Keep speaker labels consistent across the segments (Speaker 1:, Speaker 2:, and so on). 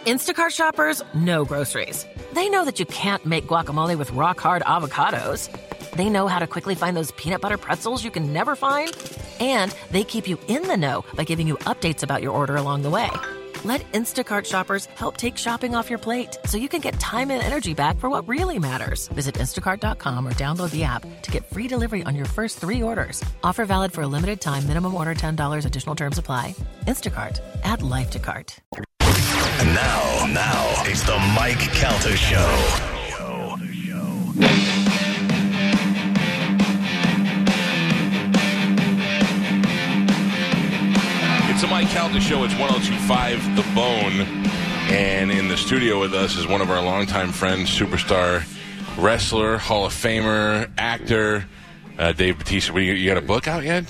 Speaker 1: Instacart shoppers know groceries. They know that you can't make guacamole with rock hard avocados. They know how to quickly find those peanut butter pretzels you can never find. And they keep you in the know by giving you updates about your order along the way. Let Instacart shoppers help take shopping off your plate so you can get time and energy back for what really matters. Visit instacart.com or download the app to get free delivery on your first three orders. Offer valid for a limited time, minimum order $10, additional terms apply. Instacart, add life to cart.
Speaker 2: Now, now, it's the Mike Calter Show.
Speaker 3: It's the Mike Calda Show. It's 1025 The Bone. And in the studio with us is one of our longtime friends, superstar wrestler, Hall of Famer, actor, uh, Dave Batista. What, You, you got a book out yet?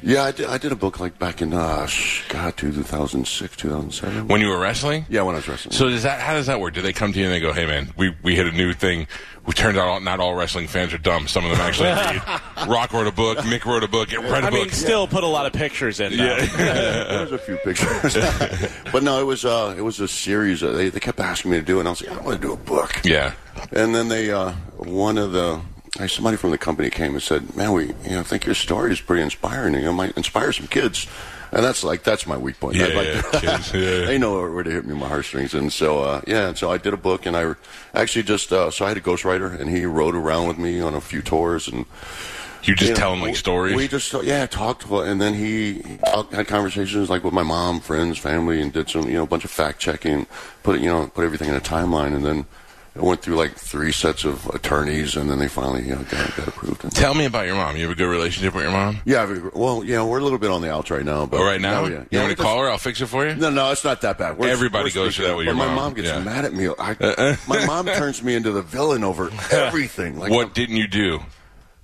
Speaker 4: Yeah, I did, I did a book like back in uh, sh- God, 2006, 2007.
Speaker 3: When you were wrestling?
Speaker 4: yeah, when I was wrestling.
Speaker 3: So does that? How does that work? Do they come to you and they go, "Hey, man, we, we hit a new thing. We turned out all, not all wrestling fans are dumb. Some of them actually read. Rock wrote a book. Mick wrote a book. Read a
Speaker 5: I
Speaker 3: book.
Speaker 5: mean, still put a lot of pictures in. Though.
Speaker 3: yeah.
Speaker 4: there was a few pictures, but no, it was uh, it was a series. Uh, they they kept asking me to do, it, and I was like, I don't want to do a book.
Speaker 3: yeah.
Speaker 4: And then they uh, one of the like, somebody from the company came and said, "Man, we you know think your story is pretty inspiring. You know, might inspire some kids." And that's like that's my weak point.
Speaker 3: Yeah,
Speaker 4: I'd like
Speaker 3: yeah, kids, yeah.
Speaker 4: they know where to hit me in my heartstrings, and so uh, yeah. And so I did a book, and I actually just uh, so I had a ghostwriter, and he rode around with me on a few tours, and
Speaker 3: You just
Speaker 4: you know,
Speaker 3: tell them like
Speaker 4: we-
Speaker 3: stories.
Speaker 4: We just yeah talked, about, and then he talked- had conversations like with my mom, friends, family, and did some you know a bunch of fact checking, put it you know put everything in a timeline, and then I went through like three sets of attorneys, and then they finally you know, got, got approved. And,
Speaker 3: tell me about your mom. You have a good relationship with your mom?
Speaker 4: yeah, we- well, yeah, we're a little bit on the outs right now, but
Speaker 3: Oh, right now?
Speaker 4: Oh,
Speaker 3: You
Speaker 4: yeah,
Speaker 3: want
Speaker 4: yeah,
Speaker 3: me to
Speaker 4: we're
Speaker 3: call her? I'll fix it for you?
Speaker 4: just- No, no, it's not that bad. We're,
Speaker 3: Everybody
Speaker 4: we're
Speaker 3: goes through that
Speaker 4: speaking-
Speaker 3: with your
Speaker 4: but
Speaker 3: mom.
Speaker 4: My mom gets
Speaker 3: Yeah.
Speaker 4: mad at me. I, my mom turns me into the villain over everything. Like I'm-
Speaker 3: What didn't you do?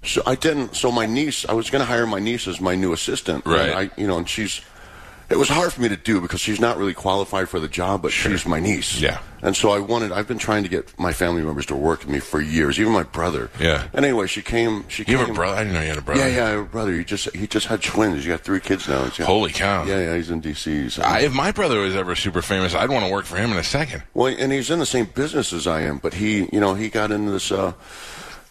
Speaker 4: So I didn't. So my niece, I was going to hire my niece as my new assistant.
Speaker 3: Right.
Speaker 4: And I, you know, and she's. It was hard for me to do because she's not really qualified for the job, but she's my niece.
Speaker 3: Yeah.
Speaker 4: And so I wanted. I've been trying to get my family members to work with me for years, even my brother.
Speaker 3: Yeah.
Speaker 4: And anyway, she came. She
Speaker 3: You
Speaker 4: came.
Speaker 3: have a brother? I didn't know you had a brother.
Speaker 4: Yeah, yeah, I have a brother. He just he just had twins. You got three kids now. He's got-
Speaker 3: Holy cow.
Speaker 4: Yeah, yeah. He's in D.C. so-
Speaker 3: I, if my brother was ever super famous, I'd want to work for him in a second.
Speaker 4: Well, and he's in the same business as I am, but he, you know, he got into this, uh,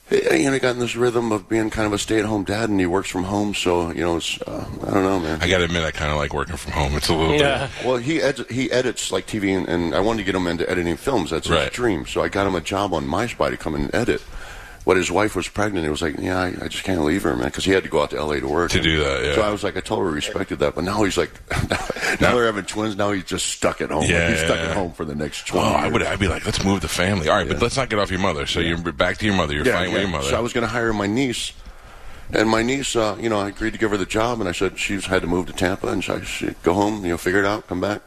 Speaker 4: he- you know, he got in this rhythm of being kind of a stay-at-home dad, and he works from home, so you know, it's, uh, I don't know, man.
Speaker 3: I got to admit, I kind of like working from home. It's a little
Speaker 5: Yeah.
Speaker 4: Well, he ed- he edits like TV, and, and I wanted to get him into editing films. That's his
Speaker 3: Right.
Speaker 4: dream. So I got him a job on MySpy to come in and edit. But his wife was pregnant. It was like, yeah, I, I just can't leave her, man, because he had to go out to L.A. to work
Speaker 3: To do that, yeah.
Speaker 4: So I was like, I totally respected that. But now he's like, now, they're having twins. Now he's just stuck at home. Like,
Speaker 3: Yeah,
Speaker 4: he's stuck
Speaker 3: yeah, yeah.
Speaker 4: at home for the next
Speaker 3: bit.
Speaker 4: twenty.
Speaker 3: Well, I
Speaker 4: years.
Speaker 3: would. I'd be like, let's move the family. All right, but let's not get off your mother. So you're back to your mother. You're fighting with your mother.
Speaker 4: So I was going to hire my niece, and my niece, uh, you know, I agreed to give her the job, and I said she's had to move to Tampa, and so I should go home, you know, figure it out, come back.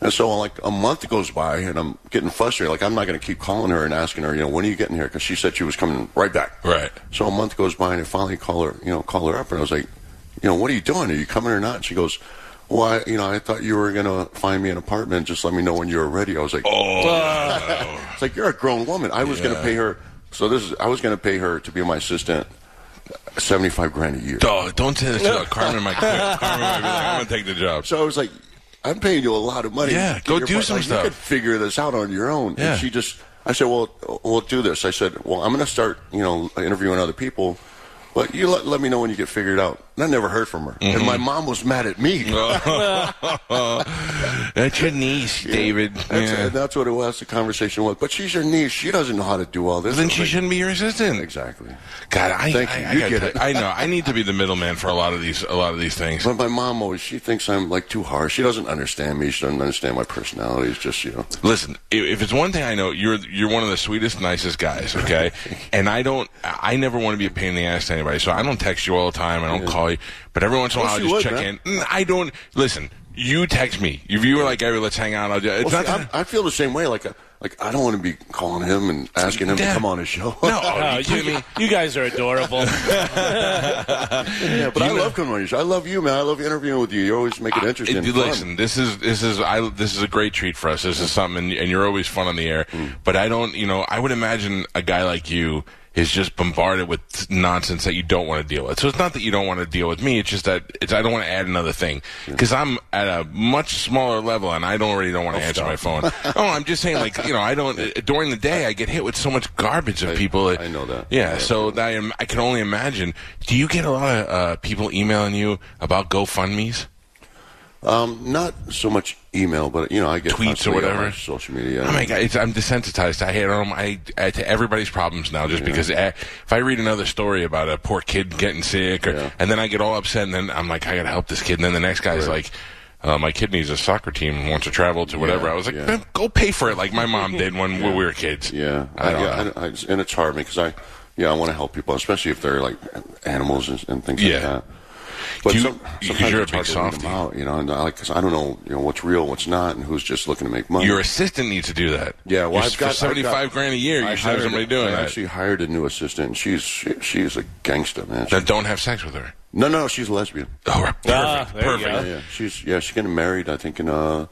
Speaker 4: And so, like a month goes by, and I'm getting frustrated. Like I'm not going to keep calling her and asking her, you know, when are you getting here? Because she said she was coming right back.
Speaker 3: Right.
Speaker 4: So a month goes by, and I finally call her, you know, call her up, and I was like, you know, what are you doing? Are you coming or not? And she goes. Why, you know, I thought you were going to find me an apartment. Just let me know when you're ready. I was like,
Speaker 3: oh,
Speaker 4: it's like you're a grown woman. I was going
Speaker 3: Yeah.
Speaker 4: to pay her. So this is. I was going to pay her to be my assistant, seventy-five grand a year.
Speaker 3: no, don't say this. To her. Carmen might quit. Carmen might be like, I'm gonna take the job.
Speaker 4: So I was like, I'm paying you a lot of money.
Speaker 3: Yeah,
Speaker 4: Get
Speaker 3: go
Speaker 4: your
Speaker 3: do
Speaker 4: part-
Speaker 3: some
Speaker 4: like,
Speaker 3: stuff.
Speaker 4: You could figure this out on your own.
Speaker 3: Yeah.
Speaker 4: And she just. I said, well, we'll do this. I said, well, I'm going to start, you know, interviewing other people. But you let, let me know when you get figured out. And I never heard from her. And
Speaker 3: Mm-hmm.
Speaker 4: my mom was mad at me.
Speaker 3: Oh, That's your niece, David.
Speaker 4: That's,
Speaker 3: Yeah.
Speaker 4: and that's what it was. The conversation was. But she's your niece. She doesn't know how to do all this. I
Speaker 3: Then
Speaker 4: was
Speaker 3: she
Speaker 4: like,
Speaker 3: shouldn't be your assistant.
Speaker 4: Exactly.
Speaker 3: God, I,
Speaker 4: Thank
Speaker 3: I,
Speaker 4: you.
Speaker 3: I
Speaker 4: You
Speaker 3: gotta
Speaker 4: get
Speaker 3: tell
Speaker 4: it.
Speaker 3: I know. I need to be the middleman for a lot of these. A lot of these things.
Speaker 4: But my mom always she thinks I'm like too harsh. She doesn't understand me. She doesn't understand my personality. It's just you know.
Speaker 3: Listen, i- if it's one thing I know, you're you're one of the sweetest, nicest guys. Okay, and I don't, I I never want to be a pain in the ass to anybody, so I don't text you all the time. I don't call you, but every once in a
Speaker 4: Well,
Speaker 3: while I
Speaker 4: she
Speaker 3: just
Speaker 4: would,
Speaker 3: check
Speaker 4: man.
Speaker 3: in. Mm, I don't listen. You text me if you were like, "Hey, let's hang out." I'll do, it's
Speaker 4: Well,
Speaker 3: not.
Speaker 4: see, I'm-
Speaker 3: that-
Speaker 4: I, feel the same way. Like uh, like I don't want to be calling him and asking him
Speaker 3: Yeah.
Speaker 4: to come on his show.
Speaker 3: no, oh,
Speaker 5: Oh,
Speaker 3: you kidding
Speaker 5: you,
Speaker 3: me?
Speaker 5: you guys are adorable.
Speaker 4: yeah, but I love coming on your show. I love you, man. I love interviewing with you. You always make it interesting.
Speaker 3: It-
Speaker 4: and fun.
Speaker 3: listen, this is this is I this is a great treat for
Speaker 4: Mm.
Speaker 3: us. This is something, and you're always fun on the air. But I don't, you know, I would imagine a guy like you is just bombarded with nonsense that you don't want to deal with. So it's not that you don't want to deal with me. It's just that it's, I don't want to add another thing because I'm at a much smaller level and I don't really don't want to answer my phone. oh, I'm just saying like, you know, I don't, during the day I get hit with so much garbage of
Speaker 4: I-
Speaker 3: people. that-
Speaker 4: I know that.
Speaker 3: Yeah.
Speaker 4: Yeah.
Speaker 3: So that I am, I can only imagine. Do you get a lot of uh, people emailing you about GoFundMe's?
Speaker 4: Um, not so much email, but you know, I get
Speaker 3: Tweets or
Speaker 4: constantly on
Speaker 3: whatever?
Speaker 4: my social media.
Speaker 3: Oh my god, it's, I'm desensitized. I hate them. I add to everybody's problems now just because eh, if I read another story about a poor kid getting sick, or,
Speaker 4: Yeah.
Speaker 3: and then I get all upset, and then I'm like, I gotta help this kid, and then the next guy's like. Uh, my kid needs a soccer team and wants to travel to whatever.
Speaker 4: Yeah,
Speaker 3: I was like,
Speaker 4: yeah.
Speaker 3: "Man, go pay for it, like my mom did when we were kids.
Speaker 4: Yeah,
Speaker 3: I don't
Speaker 4: yeah,
Speaker 3: know.
Speaker 4: I, I just- and it's hard because I, yeah, I want to help people, especially if they're like animals and, and things
Speaker 3: Yeah.
Speaker 4: like that. But
Speaker 3: Do you-
Speaker 4: some,
Speaker 3: you-
Speaker 4: sometimes
Speaker 3: you're a
Speaker 4: it's hard
Speaker 3: big
Speaker 4: to weed 'em
Speaker 3: softie.
Speaker 4: out, you know, and I, like, cause I don't know, you know, what's real, what's not, and who's just looking to make money.
Speaker 3: Your assistant needs to do that.
Speaker 4: yeah, well,
Speaker 3: You're-
Speaker 4: I've
Speaker 3: for
Speaker 4: got I've
Speaker 3: seventy-five
Speaker 4: got-
Speaker 3: grand a year.
Speaker 4: I
Speaker 3: You should have
Speaker 4: hired-
Speaker 3: somebody doing
Speaker 4: I
Speaker 3: that.
Speaker 4: actually hired a new assistant. and She's she, she's a gangster, man. She-
Speaker 3: Then don't have sex with her.
Speaker 4: no, no, she's a lesbian.
Speaker 3: Oh, right. perfect,
Speaker 5: Ah, there you
Speaker 3: perfect.
Speaker 5: go.
Speaker 4: Yeah, yeah, she's yeah, she's getting married, I think, in uh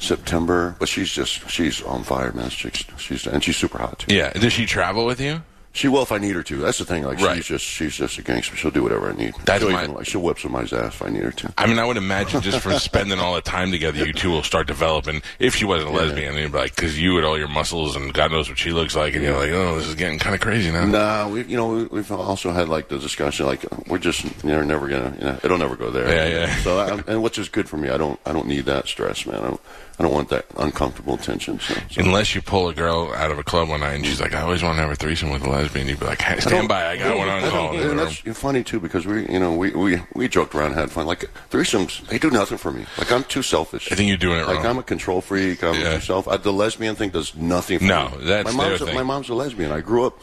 Speaker 4: September. But she's just she's on fire, man. She's she's and she's super hot too.
Speaker 3: Yeah. Does she travel with you?
Speaker 4: She will if I need her to. That's the thing. Like
Speaker 3: Right.
Speaker 4: she's just she's just a gangster. She'll do whatever I need.
Speaker 3: That's
Speaker 4: she'll,
Speaker 3: my-
Speaker 4: like, she'll whip somebody's ass if I need her to.
Speaker 3: I mean, I would imagine just from spending all the time together, you two will start developing. If she wasn't a lesbian, you'd be like, because you had all your muscles and God knows what she looks like, and you're like, oh, this is getting kind of crazy now.
Speaker 4: Nah, uh, we you know we, we've also had like the discussion like we're just you're never gonna you know it'll never go there.
Speaker 3: Yeah, yeah.
Speaker 4: So I, and which is good for me. I don't I don't need that stress, man. I don't, I don't want that uncomfortable tension. So, so-
Speaker 3: Unless you pull a girl out of a club one night and she's like, I always want to have a threesome with a lesbian, you'd be like, hey, stand by, I got one on call. in the
Speaker 4: And
Speaker 3: room.
Speaker 4: that's funny too because we, you know, we, we, we joked around, and had fun. Like threesomes, they do nothing for me. Like I'm too selfish.
Speaker 3: I think you're doing it
Speaker 4: Like
Speaker 3: wrong.
Speaker 4: I'm a control freak. I'm
Speaker 3: Yeah.
Speaker 4: myself. I, the lesbian thing does nothing. for
Speaker 3: No,
Speaker 4: me.
Speaker 3: that's
Speaker 4: my mom's.
Speaker 3: their
Speaker 4: a,
Speaker 3: thing.
Speaker 4: My mom's a lesbian. I grew up.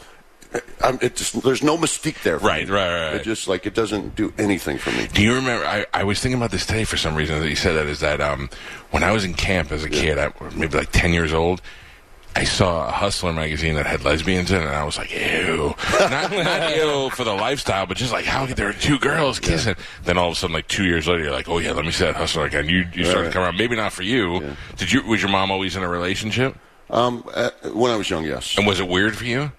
Speaker 4: I'm, it just, there's no mystique there. For
Speaker 3: Right,
Speaker 4: me.
Speaker 3: right, right, right.
Speaker 4: It just like it doesn't do anything for me.
Speaker 3: Do you remember? I, I was thinking about this today for some reason that you said that is that um, when I was in camp as a kid, I, maybe like 10 years old, I saw a Hustler magazine that had lesbians in it, and I was like, ew. Not, not ew for the lifestyle, but just like, how could there are two girls kissing? Then all of a sudden, like two years later, you're like, oh yeah, let me see that Hustler again. You, you started to
Speaker 4: right.
Speaker 3: come around. Maybe not for you. Did you? Was your mom always in a relationship?
Speaker 4: Um, uh, when I was young, yes.
Speaker 3: And was it weird for you?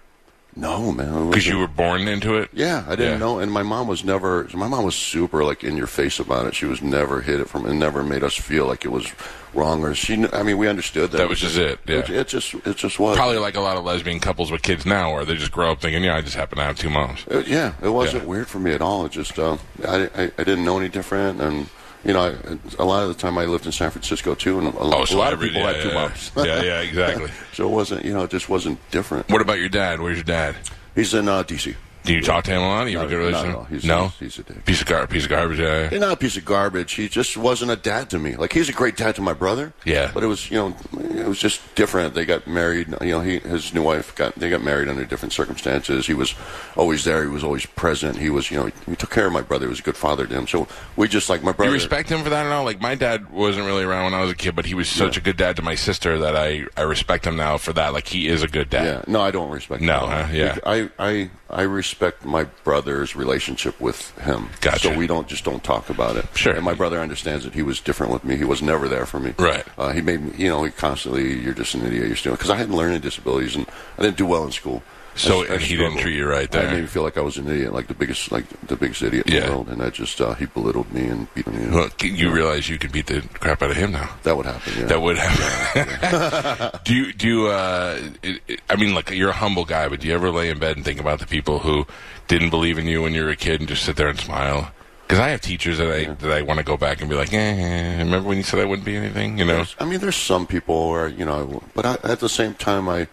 Speaker 4: No, man. it
Speaker 3: Because
Speaker 4: wasn't-
Speaker 3: you were born into it?
Speaker 4: Yeah, I didn't
Speaker 3: Yeah.
Speaker 4: know, and my mom was never. My mom was super like in your face about it. She was never hid it from, and never made us feel like it was wrong or she. kn- I mean, we understood that.
Speaker 3: That was just it, yeah.
Speaker 4: It, it just, it just was.
Speaker 3: Probably like a lot of lesbian couples with kids now, where they just grow up thinking, yeah, I just happen to have two moms.
Speaker 4: It- yeah, it wasn't
Speaker 3: Yeah.
Speaker 4: weird for me at all. It just, um, I, I, I didn't know any different, and you know, I, a lot of the time I lived in San Francisco too, and a, a
Speaker 3: Oh, so
Speaker 4: lot of
Speaker 3: every-
Speaker 4: people
Speaker 3: yeah,
Speaker 4: had two
Speaker 3: yeah,
Speaker 4: moms.
Speaker 3: yeah. Yeah, yeah, exactly.
Speaker 4: so it wasn't, you know, it just wasn't different.
Speaker 3: What about your dad? Where's your dad?
Speaker 4: He's in uh, D.C.
Speaker 3: Do you talk to him a lot? You have a
Speaker 4: Not-
Speaker 3: good
Speaker 4: not
Speaker 3: relationship?
Speaker 4: at all. He's-
Speaker 3: no,
Speaker 4: he's- he's a dick.
Speaker 3: Piece of garbage. Piece of garbage. Yeah.
Speaker 4: He's not a piece of garbage. He just wasn't a dad to me. Like he's a great dad to my brother.
Speaker 3: Yeah.
Speaker 4: But it was you know it was just different. They got married. You know he his new wife got they got married under different circumstances. He was always there. He was always present. He was you know he took care of my brother. He was a good father to him. So we just like my brother.
Speaker 3: You respect him for that and all? Like my dad wasn't really around when I was a kid, but he was such a good dad to my sister that I I respect him now for that. Like he is a good dad.
Speaker 4: Yeah. No, I don't respect.
Speaker 3: No,
Speaker 4: him.
Speaker 3: huh? Yeah.
Speaker 4: I, I I respect my brother's relationship with him.
Speaker 3: Gotcha.
Speaker 4: So we don't just don't talk about it.
Speaker 3: Sure.
Speaker 4: And my brother understands that he was different with me. He was never there for me.
Speaker 3: Right.
Speaker 4: Uh, he made me. You know, he constantly. You're just an idiot. You're still because I had learning disabilities and I didn't do well in school. I
Speaker 3: So,
Speaker 4: s- I
Speaker 3: and he didn't
Speaker 4: struggled.
Speaker 3: treat you right
Speaker 4: I
Speaker 3: there.
Speaker 4: made me feel like I was an idiot, like the biggest, like the biggest idiot in
Speaker 3: Yeah.
Speaker 4: the world, and I just uh, he belittled me and beat me.
Speaker 3: Well, c- you realize you could beat the crap out of him now.
Speaker 4: that would happen. Yeah.
Speaker 3: That would happen. do you do you, uh? It, it- I mean, like you're a humble guy, but do you ever lay in bed and think about the people who didn't believe in you when you were a kid and just sit there and smile? Because I have teachers that I that I want to go back and be like, eh, eh, eh, remember when you said I wouldn't be anything? You know,
Speaker 4: I mean, there's some people where you know, but I, at the same time, I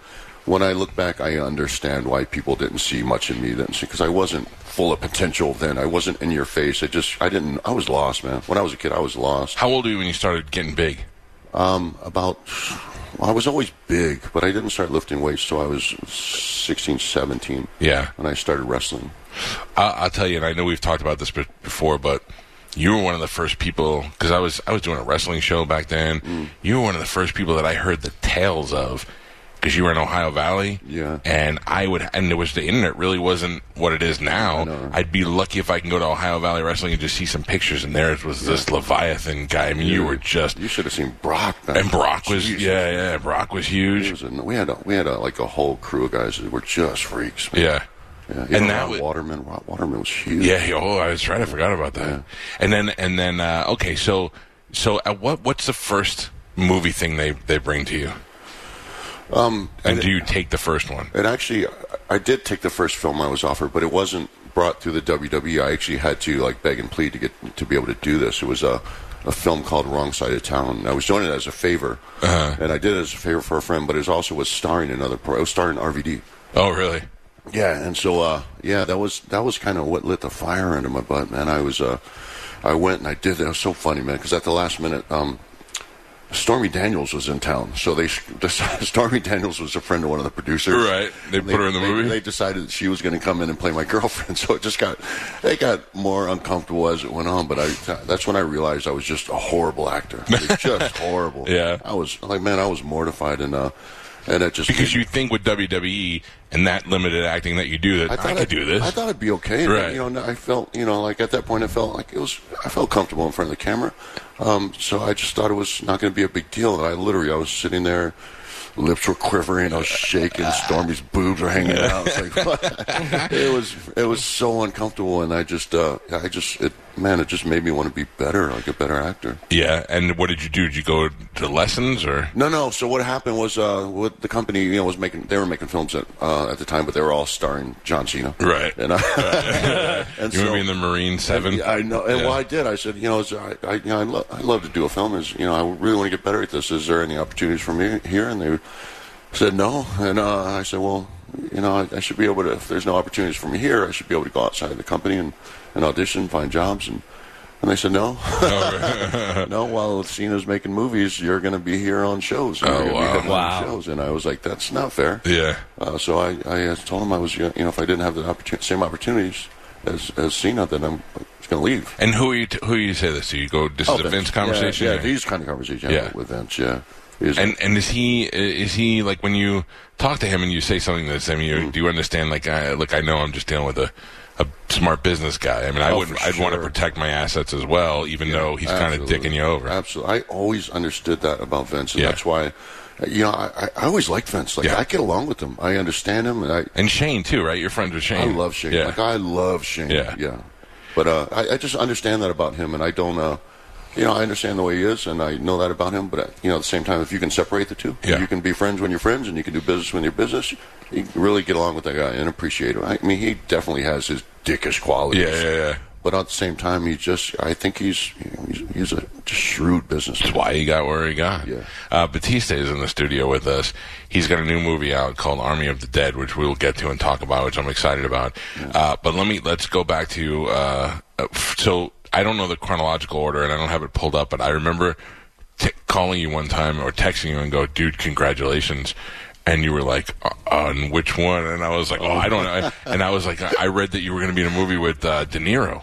Speaker 4: when I look back, I understand why people didn't see much in me then, because I wasn't full of potential then. I wasn't in your face. I just, I didn't. I was lost, man. When I was a kid, I was lost.
Speaker 3: how old were you when you started getting big?
Speaker 4: Um, about, well, I was always big, but I didn't start lifting weights till I was 16, 17.
Speaker 3: Yeah.
Speaker 4: when I started wrestling.
Speaker 3: I, I'll tell you, and I know we've talked about this be- before, but you were one of the first people because I was I was doing a wrestling show back then.
Speaker 4: Mm.
Speaker 3: You were one of the first people that I heard the tales of because you were in Ohio Valley.
Speaker 4: Yeah.
Speaker 3: and I would, and there was the internet really wasn't what it is now.
Speaker 4: know.
Speaker 3: I'd be lucky if I can go to Ohio Valley Wrestling and just see some pictures, and there was this Leviathan guy. I mean, you were just.
Speaker 4: You should have seen Brock. back
Speaker 3: And Brock
Speaker 4: then.
Speaker 3: was,
Speaker 4: Jesus.
Speaker 3: yeah, yeah, Brock was
Speaker 4: He
Speaker 3: huge.
Speaker 4: was a- we had a, we had a, like a whole crew of guys that were just freaks. man.
Speaker 3: Yeah.
Speaker 4: Yeah,
Speaker 3: And
Speaker 4: and
Speaker 3: that
Speaker 4: Rod
Speaker 3: was-
Speaker 4: Waterman. Rod Waterman was huge.
Speaker 3: Yeah. he- Oh, I was right. I forgot about that. And then and then uh, okay. So so at what what's the first movie thing they they bring to you? Um, and do you take the first one?
Speaker 4: And actually, I did take the first film I was offered, but it wasn't brought through the WWE. I actually had to like beg and plead to get to be able to do this. It was a a film called Wrong Side of Town. I was doing it as a favor, and I did it as a favor for a friend. But it was also was starring another. Pro, it was starring RVD.
Speaker 3: Oh, really?
Speaker 4: Yeah, and so uh, yeah, that was that was kind of what lit the fire under my butt, man. I was uh, I went and I did that. It was so funny, man, because at the last minute, um, Stormy Daniels was in town, so they Stormy Daniels was a friend of one of the producers,
Speaker 3: Right. They
Speaker 4: And
Speaker 3: put her in the movie?
Speaker 4: They decided that she was going to come in and play my girlfriend, so it just got it got more uncomfortable as it went on. But I uh, that's when I realized I was just a horrible actor, Like, just horrible.
Speaker 3: Yeah.
Speaker 4: I was like, man, I was mortified, and uh, and it just
Speaker 3: Because you think with WWE and that limited acting that you do, that I, could
Speaker 4: I'd-
Speaker 3: do this.
Speaker 4: I thought it'd be okay.
Speaker 3: Right.
Speaker 4: But, you know, I felt, you know, like at that point, I felt like it was, I felt comfortable in front of the camera. Um, so I just thought it was not going to be a big deal. And I literally, I was sitting there, lips were quivering, I was shaking, Stormy's boobs were hanging out. It's like, it was, it was so uncomfortable, and I just, uh, I just, it, man, it just made me want to be better, like a better actor.
Speaker 3: yeah. And what did you do? Did you go to lessons or?
Speaker 4: No, no. So what happened was, uh, what the company you know was making, they were making films at uh, at the time, but they were all starring John Cena,
Speaker 3: Right.
Speaker 4: And I, and
Speaker 3: You
Speaker 4: so-
Speaker 3: remember being in the Marine Seven?
Speaker 4: Yeah, I know. And
Speaker 3: Yeah.
Speaker 4: well, I did. I said, you know, is- I, I, you know, I, lo- I love to do a film. Is you know, I really want to get better at this. Is there any opportunities for me here? And they said no. And uh, I said, well, you know, I, I should be able to. If there's no opportunities for me here, I should be able to go outside the company and, and audition, find jobs, and and they said no.
Speaker 3: Oh,
Speaker 4: no, while Cena's making movies, you're going to be here on shows. and
Speaker 3: Oh,
Speaker 4: you're gonna be
Speaker 3: wow.
Speaker 4: headlining
Speaker 5: Wow.
Speaker 4: Shows. And I was like, that's not fair.
Speaker 3: Yeah.
Speaker 4: Uh, so I, I uh, told him I was, you know, if I didn't have the opportun- same opportunities as, as Cena, then I'm going to leave.
Speaker 3: And who are you? T- who you say this to? You go. This is a Vince conversation.
Speaker 4: Oh, Yeah,
Speaker 3: or-
Speaker 4: yeah these kind of conversations
Speaker 3: Yeah.
Speaker 4: yeah. with Vince, yeah. Is-
Speaker 3: And and is he uh, is he like when you talk to him and you say something like this? I mean,
Speaker 4: Hmm.
Speaker 3: you, do you understand? Like, I, look, I know I'm just dealing with a, a smart business guy. I mean, I
Speaker 4: Oh,
Speaker 3: wouldn't.
Speaker 4: for
Speaker 3: I'd want to
Speaker 4: sure.
Speaker 3: protect my assets as well, even though he's kind of
Speaker 4: Absolutely.
Speaker 3: dicking you over.
Speaker 4: Absolutely. I always understood that about Vince, and
Speaker 3: Yeah.
Speaker 4: that's why, you know, I, I- I always liked Vince. Like,
Speaker 3: Yeah.
Speaker 4: I get along with him. I understand him, and I,
Speaker 3: And Shane too, right? You're friends with
Speaker 4: I
Speaker 3: Shane.
Speaker 4: love Shane.
Speaker 3: Yeah.
Speaker 4: Like I love Shane.
Speaker 3: Yeah.
Speaker 4: But uh, I, I just understand that about him, and I don't. Uh, you know, I understand the way he is, and I know that about him. But uh, you know, at the same time, if you can separate the two,
Speaker 3: Yeah.
Speaker 4: you can be friends when you're friends, and you can do business when you're business. You can really get along with that guy and appreciate him. I mean, he definitely has his dickish qualities.
Speaker 3: yeah, yeah, yeah.
Speaker 4: But at the same time, he just—I think hes you know, he's, he's a shrewd businessman.
Speaker 3: That's why he got where he got.
Speaker 4: Yeah.
Speaker 3: Uh, Batista is in the studio with us. He's got a new movie out called Army of the Dead, which we'll get to and talk about, which I'm excited about. Uh, but let me let's go back to uh, uh, f- so I don't know the chronological order and I don't have it pulled up, but I remember t- calling you one time or texting you and go, dude, congratulations. And you were like, uh, on which one? And I was like, oh, I don't know. And I was like, I I read that you were going to be in a movie with uh, De Niro.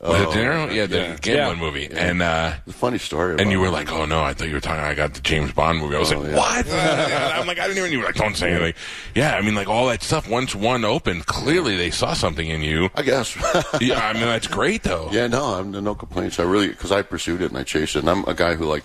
Speaker 3: Was it De Niro? Oh, Yeah, the gambling movie. And uh,
Speaker 4: The funny story.
Speaker 3: and
Speaker 4: about
Speaker 3: you were
Speaker 4: him.
Speaker 3: like, "Oh no, I thought you were talking. I got the James Bond movie." I was
Speaker 4: Oh,
Speaker 3: like,
Speaker 4: yeah.
Speaker 3: "What?" And I'm like, "I didn't even." You were like, "Don't say anything." Yeah, I mean, like all that stuff. Once one opened, clearly they saw something in you.
Speaker 4: I guess.
Speaker 3: Yeah, I mean, that's great though.
Speaker 4: Yeah, no, I'm no complaints. I really because I pursued it and I chased it, and I'm a guy who like.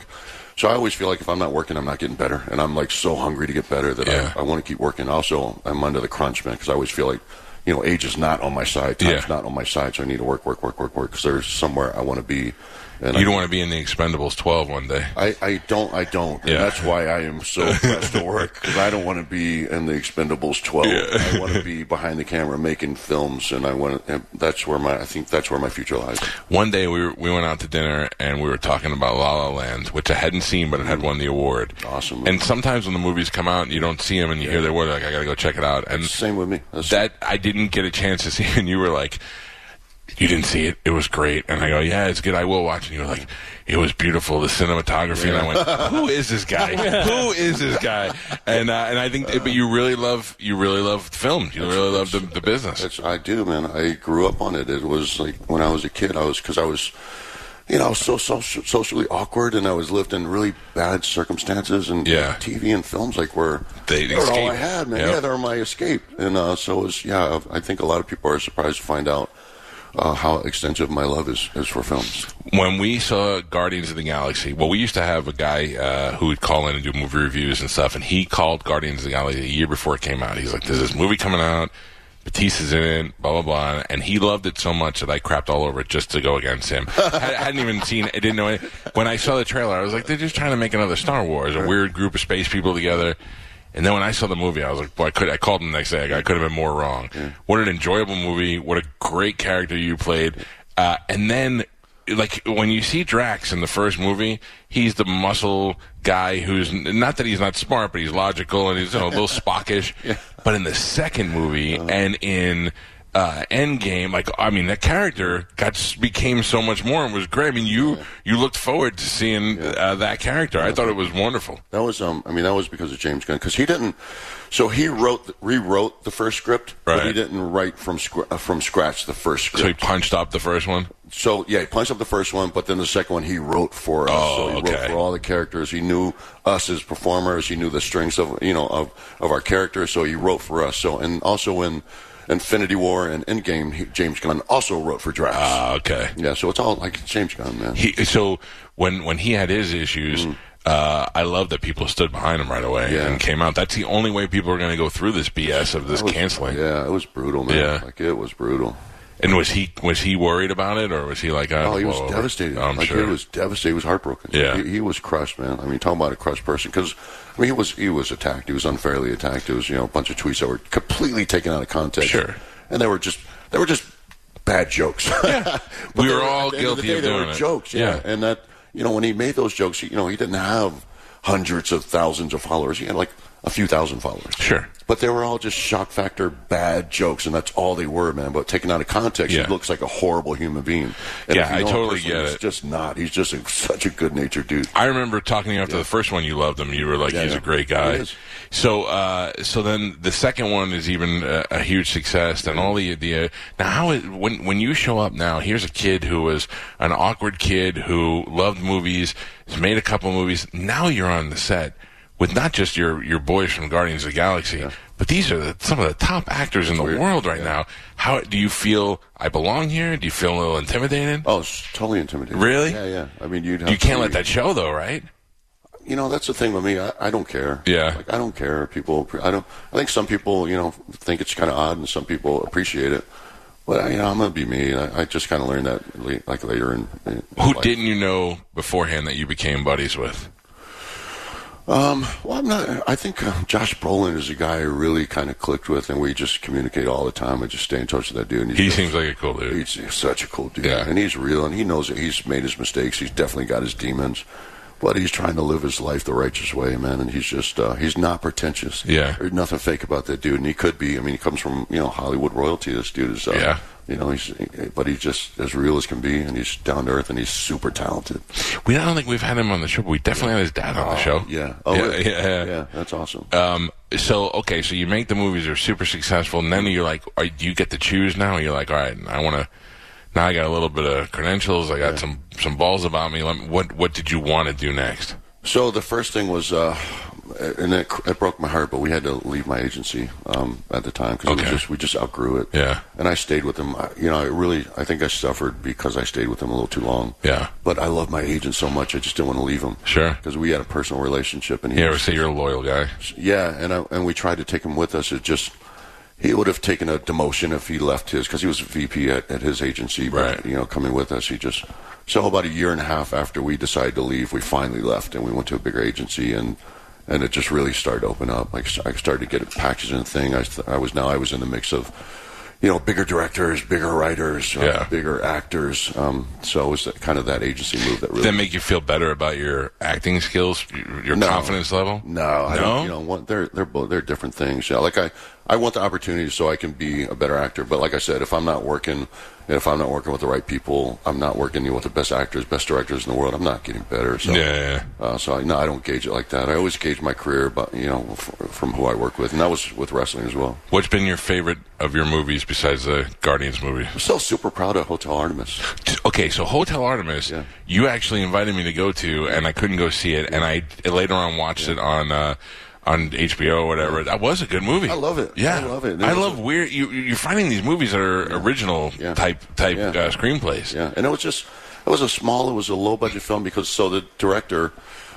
Speaker 4: So I always feel like if I'm not working, I'm not getting better, and I'm like so hungry to get better that
Speaker 3: Yeah.
Speaker 4: I, I want to keep working. Also, I'm under the crunch, man, because I always feel like, you know, age is not on my side, time's
Speaker 3: Yeah.
Speaker 4: not on my side, so I need to work, work, work, work, work, because there's somewhere I want to be. And
Speaker 3: You
Speaker 4: I,
Speaker 3: don't want to be in the Expendables 12 one day.
Speaker 4: I, I don't, I don't.
Speaker 3: Yeah.
Speaker 4: And that's why I am so pressed to work because I don't want to be in the Expendables 12. I want to be behind the camera making films, and I want. to. That's where my, I think that's where my future lies.
Speaker 3: One day we were, we went out to dinner and we were talking about La La Land, which I hadn't seen, but it had won the award.
Speaker 4: Awesome movie.
Speaker 3: And sometimes when the movies come out and you don't see them and you hear the word, like I got to go check it out. And
Speaker 4: Same with me. That's-
Speaker 3: that I didn't get a chance to see, and you were like, "You didn't see it. It was great." And I go, "Yeah, it's good. I will watch." And you were like, "It was beautiful. The cinematography." And I went, "Who is this guy? Who is this guy?" And uh, and I think, but you really love you really love film. You really love the, the business.
Speaker 4: It's, I do, man. I grew up on it. It was like when I was a kid, I was because I was, you know, I was so, so socially awkward, and I was lived in really bad circumstances, and
Speaker 3: Yeah.
Speaker 4: TV and films like were
Speaker 3: They
Speaker 4: were all
Speaker 3: escape.
Speaker 4: I had, man.
Speaker 3: Yep.
Speaker 4: Yeah, they were my escape, and uh, so it was yeah. I think a lot of people are surprised to find out uh, how extensive my love is is for films.
Speaker 3: when we saw Guardians of the Galaxy, well, we used to have a guy uh, who would call in and do movie reviews and stuff, and he called Guardians of the Galaxy a year before it came out. He's like, "There's this movie coming out. Batista's in it, blah blah blah, and he loved it so much that I crapped all over it just to go against him. I hadn't even seen, I didn't know it. When I saw the trailer, I was like, they're just trying to make another Star Wars, a weird group of space people together. And then when I saw the movie, I was like, boy, I could. I called him the next day. I go, I could have been more wrong. What an enjoyable movie! What a great character you played. Uh, and then like when you see Drax in the first movie, he's the muscle guy who's not that he's not smart, but he's logical and he's you know, a little Spockish. But in the second movie and in uh, Endgame, like I mean, that character got s- became so much more and was great. I mean, you you looked forward to seeing uh, that character. I thought it was wonderful.
Speaker 4: That was um. I mean, that was because of James Gunn because he didn't. So he wrote, the- rewrote the first script, but he
Speaker 3: Right.
Speaker 4: didn't write from scr- uh, from scratch the first
Speaker 3: So he
Speaker 4: script.
Speaker 3: punched up the first one.
Speaker 4: So, yeah, he punched up the first one, but then the second one he wrote for us.
Speaker 3: Oh,
Speaker 4: so he
Speaker 3: okay.
Speaker 4: wrote for all the characters. He knew us as performers. He knew the strengths of you know of of our characters. So he wrote for us. So and also in Infinity War and Endgame, he, James Gunn also wrote for Drax.
Speaker 3: Ah, okay.
Speaker 4: yeah, so it's all like James Gunn, man.
Speaker 3: He, so when when he had his issues, uh, I love that people stood behind him right away
Speaker 4: Mm. Yeah.
Speaker 3: and came out. That's the only way people are going to go through this BS of this
Speaker 4: It was-
Speaker 3: canceling.
Speaker 4: Yeah, it was brutal, man.
Speaker 3: Yeah.
Speaker 4: Like it was brutal.
Speaker 3: And was he was he worried about it, or was he like, I
Speaker 4: Oh, he
Speaker 3: blow
Speaker 4: was
Speaker 3: over?
Speaker 4: devastated.
Speaker 3: I'm
Speaker 4: like,
Speaker 3: sure
Speaker 4: He was devastated. He was heartbroken.
Speaker 3: Yeah.
Speaker 4: He, he was crushed, man. I mean, talking about a crushed person. Because, I mean, he was, he was attacked. He was unfairly attacked. It was, you know, a bunch of tweets that were completely taken out of context.
Speaker 3: Sure.
Speaker 4: And they were just, they were just bad jokes. But
Speaker 3: We
Speaker 4: they
Speaker 3: were all
Speaker 4: at the end the
Speaker 3: guilty
Speaker 4: day,
Speaker 3: of
Speaker 4: they
Speaker 3: doing
Speaker 4: were
Speaker 3: it.
Speaker 4: jokes. Yeah.
Speaker 3: Yeah.
Speaker 4: And that, you know, when he made those jokes, he, you know, he didn't have hundreds of thousands of followers. He had like a few thousand followers.
Speaker 3: Sure.
Speaker 4: But they were all just shock factor bad jokes, and that's all they were, man. But taken out of context,
Speaker 3: Yeah.
Speaker 4: he looks like a horrible human being. And
Speaker 3: Yeah,
Speaker 4: if you
Speaker 3: I
Speaker 4: know him
Speaker 3: totally
Speaker 4: personally,
Speaker 3: get
Speaker 4: he's
Speaker 3: it.
Speaker 4: just not. He's just a, such a good natured dude.
Speaker 3: I remember talking to you after the first one. You loved him. You were like,
Speaker 4: Yeah,
Speaker 3: he's
Speaker 4: yeah.
Speaker 3: a great guy.
Speaker 4: He is.
Speaker 3: So, uh, so then the second one is even a, a huge success. And all the the uh, now how is when when you show up now? Here's a kid who was an awkward kid who loved movies, has made a couple movies. Now you're on the set with not just your your boys from Guardians of the Galaxy, but these are the, some of the top actors in the world right now. How do you feel? I belong here. Do you feel a little intimidated?
Speaker 4: Oh, it's totally intimidating.
Speaker 3: Really?
Speaker 4: Yeah, yeah. I mean, you'd have
Speaker 3: you can't
Speaker 4: to-
Speaker 3: let that show though, right?
Speaker 4: you know that's the thing with me i, I don't care
Speaker 3: Yeah.
Speaker 4: like i don't care people i don't i think some people you know think it's kind of odd and some people appreciate it but I, you know i'm gonna be me i, I just kind of learned that la- like later in, in
Speaker 3: Who
Speaker 4: life.
Speaker 3: didn't you know beforehand that you became buddies with?
Speaker 4: Um, well i'm not i think uh, josh brolin is a guy i really kind of clicked with and we just communicate all the time i just stay in touch with that dude and he's
Speaker 3: He
Speaker 4: just-
Speaker 3: seems like a cool dude.
Speaker 4: He's, he's such a cool dude,
Speaker 3: Yeah.
Speaker 4: and he's real, and he knows that he's made his mistakes. He's definitely got his demons, but he's trying to live his life the righteous way, man. And he's just uh, he's not pretentious.
Speaker 3: Yeah.
Speaker 4: there's nothing fake about that dude, and he could be. I mean, he comes from you know Hollywood royalty. This dude is, uh,
Speaker 3: Yeah.
Speaker 4: you know, he's but he's just as real as can be, and he's down to earth, and he's super talented.
Speaker 3: We I don't think we've had him on the show, but we definitely had his dad on the show.
Speaker 4: Yeah, oh
Speaker 3: yeah,
Speaker 4: really?
Speaker 3: yeah, yeah.
Speaker 4: yeah. That's awesome.
Speaker 3: Um, so okay, so you make the movies are super successful, and then you're like, are, you get to choose now. You're like, all right, I want to. Now I got a little bit of credentials. I got some some balls about me. Let me what what did you want to do next?
Speaker 4: So the first thing was, uh, and it, it broke my heart, but we had to leave my agency um, at the time because
Speaker 3: Okay.
Speaker 4: just, we just outgrew it.
Speaker 3: Yeah.
Speaker 4: And I stayed with them. I, you know, I really, I think I suffered because I stayed with them a little too long.
Speaker 3: Yeah.
Speaker 4: But I love my agent so much, I just didn't want to leave him.
Speaker 3: Sure.
Speaker 4: Because we had a personal relationship, and he
Speaker 3: You ever
Speaker 4: was-
Speaker 3: say you're a loyal guy?
Speaker 4: yeah, and I, and we tried to take him with us. It just he would have taken a demotion if he left his because he was VP at, at his agency. But,
Speaker 3: Right.
Speaker 4: You know, coming with us, he just so about a year and a half after we decided to leave, we finally left and we went to a bigger agency and and it just really started to open up. Like I started to get packages and thing. I th- I was now I was in the mix of. You know, bigger directors, bigger writers, uh,
Speaker 3: Yeah.
Speaker 4: bigger actors. Um, so it was that, kind of that agency move that
Speaker 3: Does
Speaker 4: really
Speaker 3: that make you feel better about your acting skills, your, your
Speaker 4: No.
Speaker 3: confidence level?
Speaker 4: No, I
Speaker 3: no.
Speaker 4: don't, you know, want, they're they're both they're different things. Yeah, like I I want the opportunity so I can be a better actor. But like I said, if I'm not working, if I'm not working with the right people, I'm not working with the best actors, best directors in the world. I'm not getting better. So.
Speaker 3: Yeah, yeah, yeah.
Speaker 4: Uh, so I, no, I don't gauge it like that. I always gauge my career, but you know, f- from who I work with, and that was with wrestling as well.
Speaker 3: What's been your favorite of your movies besides the Guardians movie?
Speaker 4: I'm still super proud of Hotel Artemis.
Speaker 3: Okay, so Hotel Artemis,
Speaker 4: Yeah.
Speaker 3: you actually invited me to go to, and I couldn't go see it, and I later on watched it on. Uh, on HBO or whatever, that was a good movie.
Speaker 4: I love it.
Speaker 3: Yeah,
Speaker 4: I love it.
Speaker 3: I
Speaker 4: It was
Speaker 3: love
Speaker 4: a-
Speaker 3: weird. You, you- you're finding these movies that are original
Speaker 4: Yeah.
Speaker 3: type type
Speaker 4: Yeah.
Speaker 3: uh, screenplays.
Speaker 4: Yeah, and it was just it was a small, it was a low budget film because so the director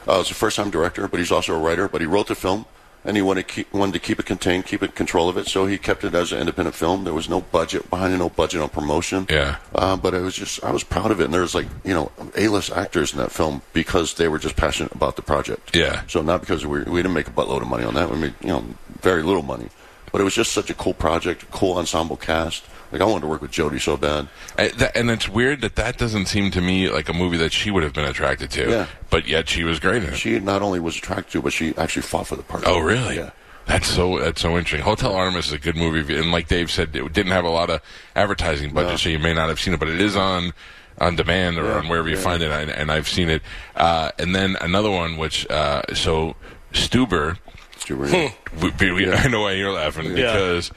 Speaker 4: uh, was a first time director, but he's also a writer. But he wrote the film, and he wanted to keep, wanted to keep it contained, keep it control of it. So he kept it as an independent film. There was no budget behind it, no budget on promotion.
Speaker 3: Yeah.
Speaker 4: Uh, but it was just I was proud of it, and there was like you know A-list actors in that film because they were just passionate about the project.
Speaker 3: Yeah.
Speaker 4: So not because we we didn't make a buttload of money on that. We made you know very little money, but it was just such a cool project, a cool ensemble cast. Like I wanted to work with Jodie so bad.
Speaker 3: And, Uh, that, and it's weird that that doesn't seem to me like a movie that she would have been attracted to.
Speaker 4: Yeah.
Speaker 3: But yet she was great in it.
Speaker 4: She not only was attracted to, it, but she actually fought for the part.
Speaker 3: oh, really?
Speaker 4: Yeah.
Speaker 3: That's so that's so interesting. Hotel Artemis is a good movie, if you- and like Dave said, it didn't have a lot of advertising budget, so you may not have seen it, but it is on on demand or on wherever you find it, and, and I've seen it. Uh, and then another one, which uh, so Stuber,
Speaker 4: Stuber, yeah.
Speaker 3: we, we- we- I know why you're laughing because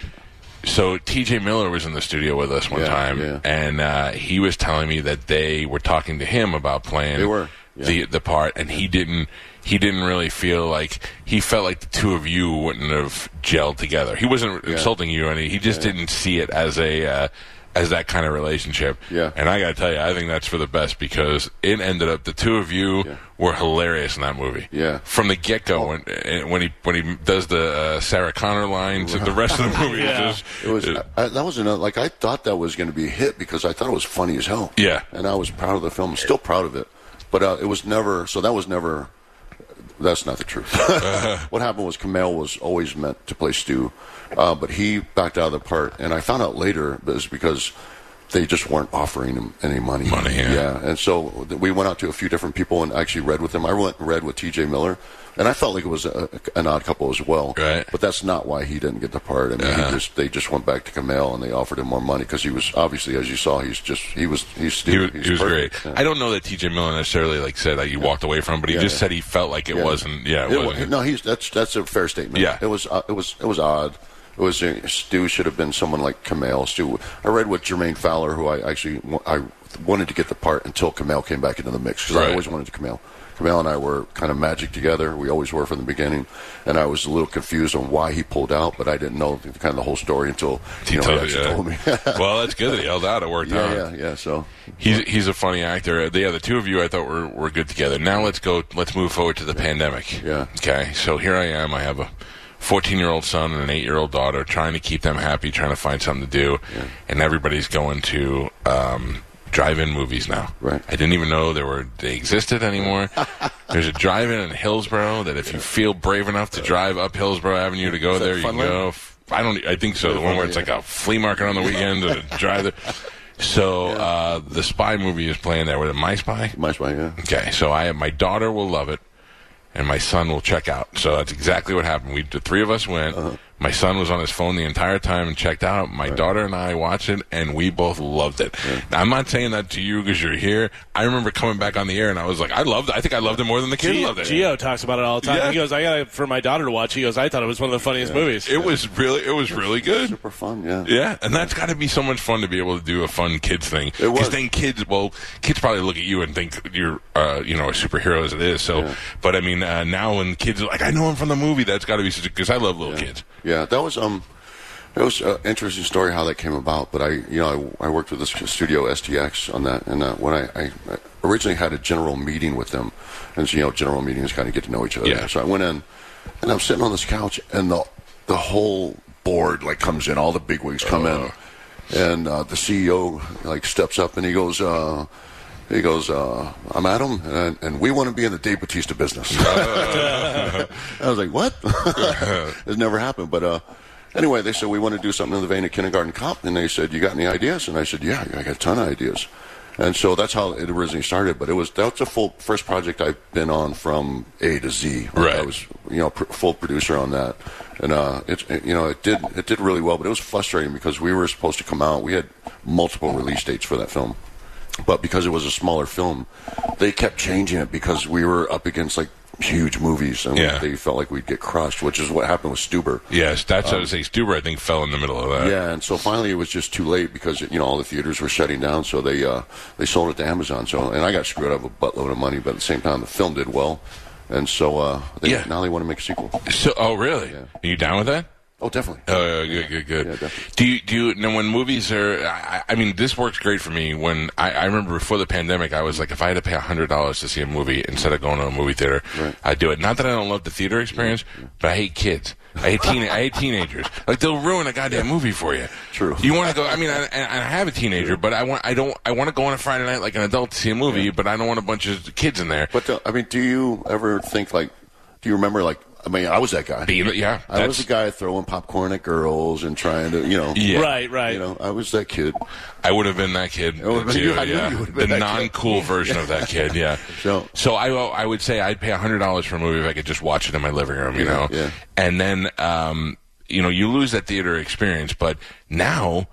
Speaker 3: so TJ Miller was in the studio with us one
Speaker 4: Yeah,
Speaker 3: time,
Speaker 4: yeah.
Speaker 3: and uh, he was telling me that they were talking to him about playing
Speaker 4: They were, yeah.
Speaker 3: the the part, and he didn't he didn't really feel like he felt like the two of you wouldn't have gelled together. He wasn't insulting you, and he just didn't see it as a. Uh, as that kind of relationship,
Speaker 4: Yeah.
Speaker 3: and I gotta tell you, I think that's for the best because it ended up the two of you
Speaker 4: Yeah.
Speaker 3: were hilarious in that movie
Speaker 4: Yeah.
Speaker 3: from the get go
Speaker 4: Oh.
Speaker 3: when eh, when he when he does the uh, Sarah Connor line to the rest of the movie.
Speaker 5: Yeah.
Speaker 3: is just,
Speaker 4: It was I, that was another like I thought that was going to be a hit because I thought it was funny as hell.
Speaker 3: Yeah.
Speaker 4: and I was proud of the film. Still proud of it, but uh, it was never. So that was never. That's not the truth.
Speaker 3: Uh-huh.
Speaker 4: what happened was Kamel was always meant to play Stu, uh, but he backed out of the part, and I found out later it was because they just weren't offering him any money.
Speaker 3: Money, yeah.
Speaker 4: and so th- we went out to a few different people and actually read with them. I went and read with T.J. Miller, and I felt like it was a, an odd couple as well.
Speaker 3: Right.
Speaker 4: But that's not why he didn't get the part. I mean,
Speaker 3: Uh-huh.
Speaker 4: he just they just went back to Kamel and they offered him more money because he was obviously, as you saw, he's just he was he's
Speaker 3: he
Speaker 4: stupid.
Speaker 3: was,
Speaker 4: he's
Speaker 3: he was great.
Speaker 4: perfect. Yeah.
Speaker 3: I don't know that T.J. Miller necessarily like said that you walked away from, but he
Speaker 4: Yeah,
Speaker 3: just
Speaker 4: yeah.
Speaker 3: said he felt like it
Speaker 4: Yeah.
Speaker 3: wasn't. Yeah, it,
Speaker 4: It wa-
Speaker 3: wasn't.
Speaker 4: no, he's that's that's a fair statement.
Speaker 3: Yeah.
Speaker 4: it was uh, it was it was odd. It was uh, Stu should have been someone like Kamel. Stu, I read with Jermaine Fowler, who I actually wa- I wanted to get the part until Kamel came back into the mix because
Speaker 3: Right.
Speaker 4: I always wanted Kamel. Kamel and I were kind of magic together. We always were from the beginning, and I was a little confused on why he pulled out, but I didn't know the, kind of the whole story until
Speaker 3: He
Speaker 4: you know,
Speaker 3: told-
Speaker 4: he actually
Speaker 3: yeah.
Speaker 4: told me.
Speaker 3: well, that's good that he held out. It worked out.
Speaker 4: yeah, yeah, yeah. So
Speaker 3: He's he's a funny actor. The other two of you, I thought were were good together. Now let's go. Let's move forward to the pandemic.
Speaker 4: Yeah.
Speaker 3: Okay. So here I am. I have a 14 year old son and an 8 year old daughter, trying to keep them happy, trying to find something to do, and everybody's going to. Um, Drive-in movies now.
Speaker 4: Right.
Speaker 3: I didn't even know they were they existed anymore. There's a drive-in in Hillsborough that if you feel brave enough to drive up Hillsborough Avenue to go
Speaker 4: that
Speaker 3: there, you can
Speaker 4: Funland?
Speaker 3: go. F- I don't. e, I think so. The one where it's like a flea market on the weekend and a drive there. So uh, the spy movie is playing there. Was it My Spy?
Speaker 4: might as well, yeah.
Speaker 3: Okay. So I my daughter will love it, and my son will check out. So that's exactly what happened. We the three of us went. My son was on his phone the entire time and checked out. My daughter and I watched it, and we both loved it. Now, I'm not saying that to you because you're here. I remember coming back on the air and I was like, I loved. it. I think I loved it more than the kid
Speaker 5: Geo,
Speaker 3: loved it.
Speaker 5: Geo talks about it all the time.
Speaker 3: Yeah.
Speaker 5: He goes, "I got it for my daughter to watch." He goes, "I thought it was one of the funniest movies."
Speaker 3: It was really, it was really good.
Speaker 4: Super fun, yeah.
Speaker 3: Yeah, and that's got to be so much fun to be able to do a fun kids thing.
Speaker 4: It was.
Speaker 3: Because then kids, well, kids probably look at you and think you're, uh, you know, a superhero as it is. So, but I mean, uh, now when kids are like, I know him from the movie, that's got to be such because I love little kids.
Speaker 4: Yeah, that was um, that was an interesting story how that came about. But I, you know, I, I worked with this studio STX on that, and uh, when I, I I originally had a general meeting with them, and so, you know, general meetings kind of get to know each other.
Speaker 3: Yeah.
Speaker 4: So I went in, and I'm sitting on this couch, and the the whole board like comes in, all the bigwigs come in, and uh, the CEO like steps up and he goes. Uh, he goes, uh, I'm Adam, and, and we want to be in the Dave Batista business. I was like, what? it never happened. But uh, anyway, they said, we want to do something in the vein of Kindergarten Cop. And they said, you got any ideas? And I said, yeah, I got a ton of ideas. And so that's how it originally started. But it was that's the full first project I've been on from A to Z. Like, I
Speaker 3: Right.
Speaker 4: was you know pr- full producer on that, and uh, it's it, you know it did it did really well. But it was frustrating because we were supposed to come out. We had multiple release dates for that film but because it was a smaller film, they kept changing it because we were up against like huge movies, and
Speaker 3: Yeah.
Speaker 4: they felt like we'd get crushed, which is what happened with Stuber.
Speaker 3: Yes, that's what I was saying. Stuber, I think, fell in the middle of that.
Speaker 4: Um, Yeah, and so finally it was just too late because you know all the theaters were shutting down, so they uh, they sold it to Amazon. So and I got screwed out of a buttload of money, but at the same time the film did well, and so uh, they,
Speaker 3: Yeah.
Speaker 4: now they want to make a sequel.
Speaker 3: So, oh, really? Are you down with that?
Speaker 4: Oh, definitely.
Speaker 3: Oh, yeah, good, good, good.
Speaker 4: Yeah, definitely.
Speaker 3: do you do you now when movies are? I, I mean, this works great for me. When I, I remember before the pandemic, I was like, if I had to pay hundred dollars to see a movie instead of going to a movie theater,
Speaker 4: Right.
Speaker 3: I'd do it. Not that I don't love the theater experience, but I hate kids. I hate teen. I hate teenagers. Like they'll ruin a goddamn movie for you.
Speaker 4: True.
Speaker 3: You want to go? I mean, I, I I have a teenager, but I want. I don't. I want to go on a Friday night like an adult to see a movie, but I don't want a bunch of kids in there.
Speaker 4: But uh, I mean, do you ever think like? Do you remember like? I mean, I was that guy.
Speaker 3: Being- yeah,
Speaker 4: I
Speaker 3: that's-
Speaker 4: was the guy throwing popcorn at girls and trying to, you know.
Speaker 3: Yeah.
Speaker 5: Right, right.
Speaker 4: You know, I was that kid.
Speaker 3: I would have been that kid.
Speaker 4: would've been
Speaker 3: too,
Speaker 4: you. I knew
Speaker 3: yeah.
Speaker 4: you would've
Speaker 3: the
Speaker 4: been that
Speaker 3: non-cool version of that kid. Yeah.
Speaker 4: So-
Speaker 3: I I would say I'd pay hundred dollars for a movie if I could just watch it in my living room. You
Speaker 4: Yeah,
Speaker 3: know.
Speaker 4: yeah.
Speaker 3: And then um, you know you lose that theater experience, but now.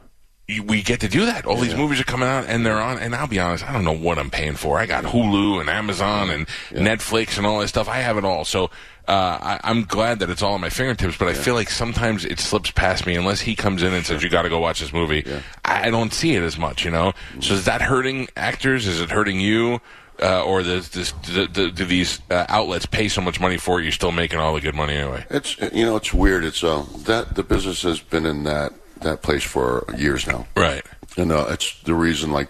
Speaker 3: you- We get to do that. All these movies are coming out, and they're on. And I'll be honest, I don't know what I'm paying for. I got Hulu and Amazon and Netflix and all that stuff. I have it all. So uh, I, I'm glad that it's all at my fingertips. But I feel like sometimes it slips past me unless he comes in and says, "You got to go watch this movie." I, I don't see it as much, you know. So is that hurting actors? Is it hurting you? Uh, or does this, do, do, do these uh, outlets pay so much money for it? You're still making all the good money anyway.
Speaker 4: It's you know, it's weird. It's uh, that the business has been in that that place for years now.
Speaker 3: Right.
Speaker 4: and uh, it's the reason like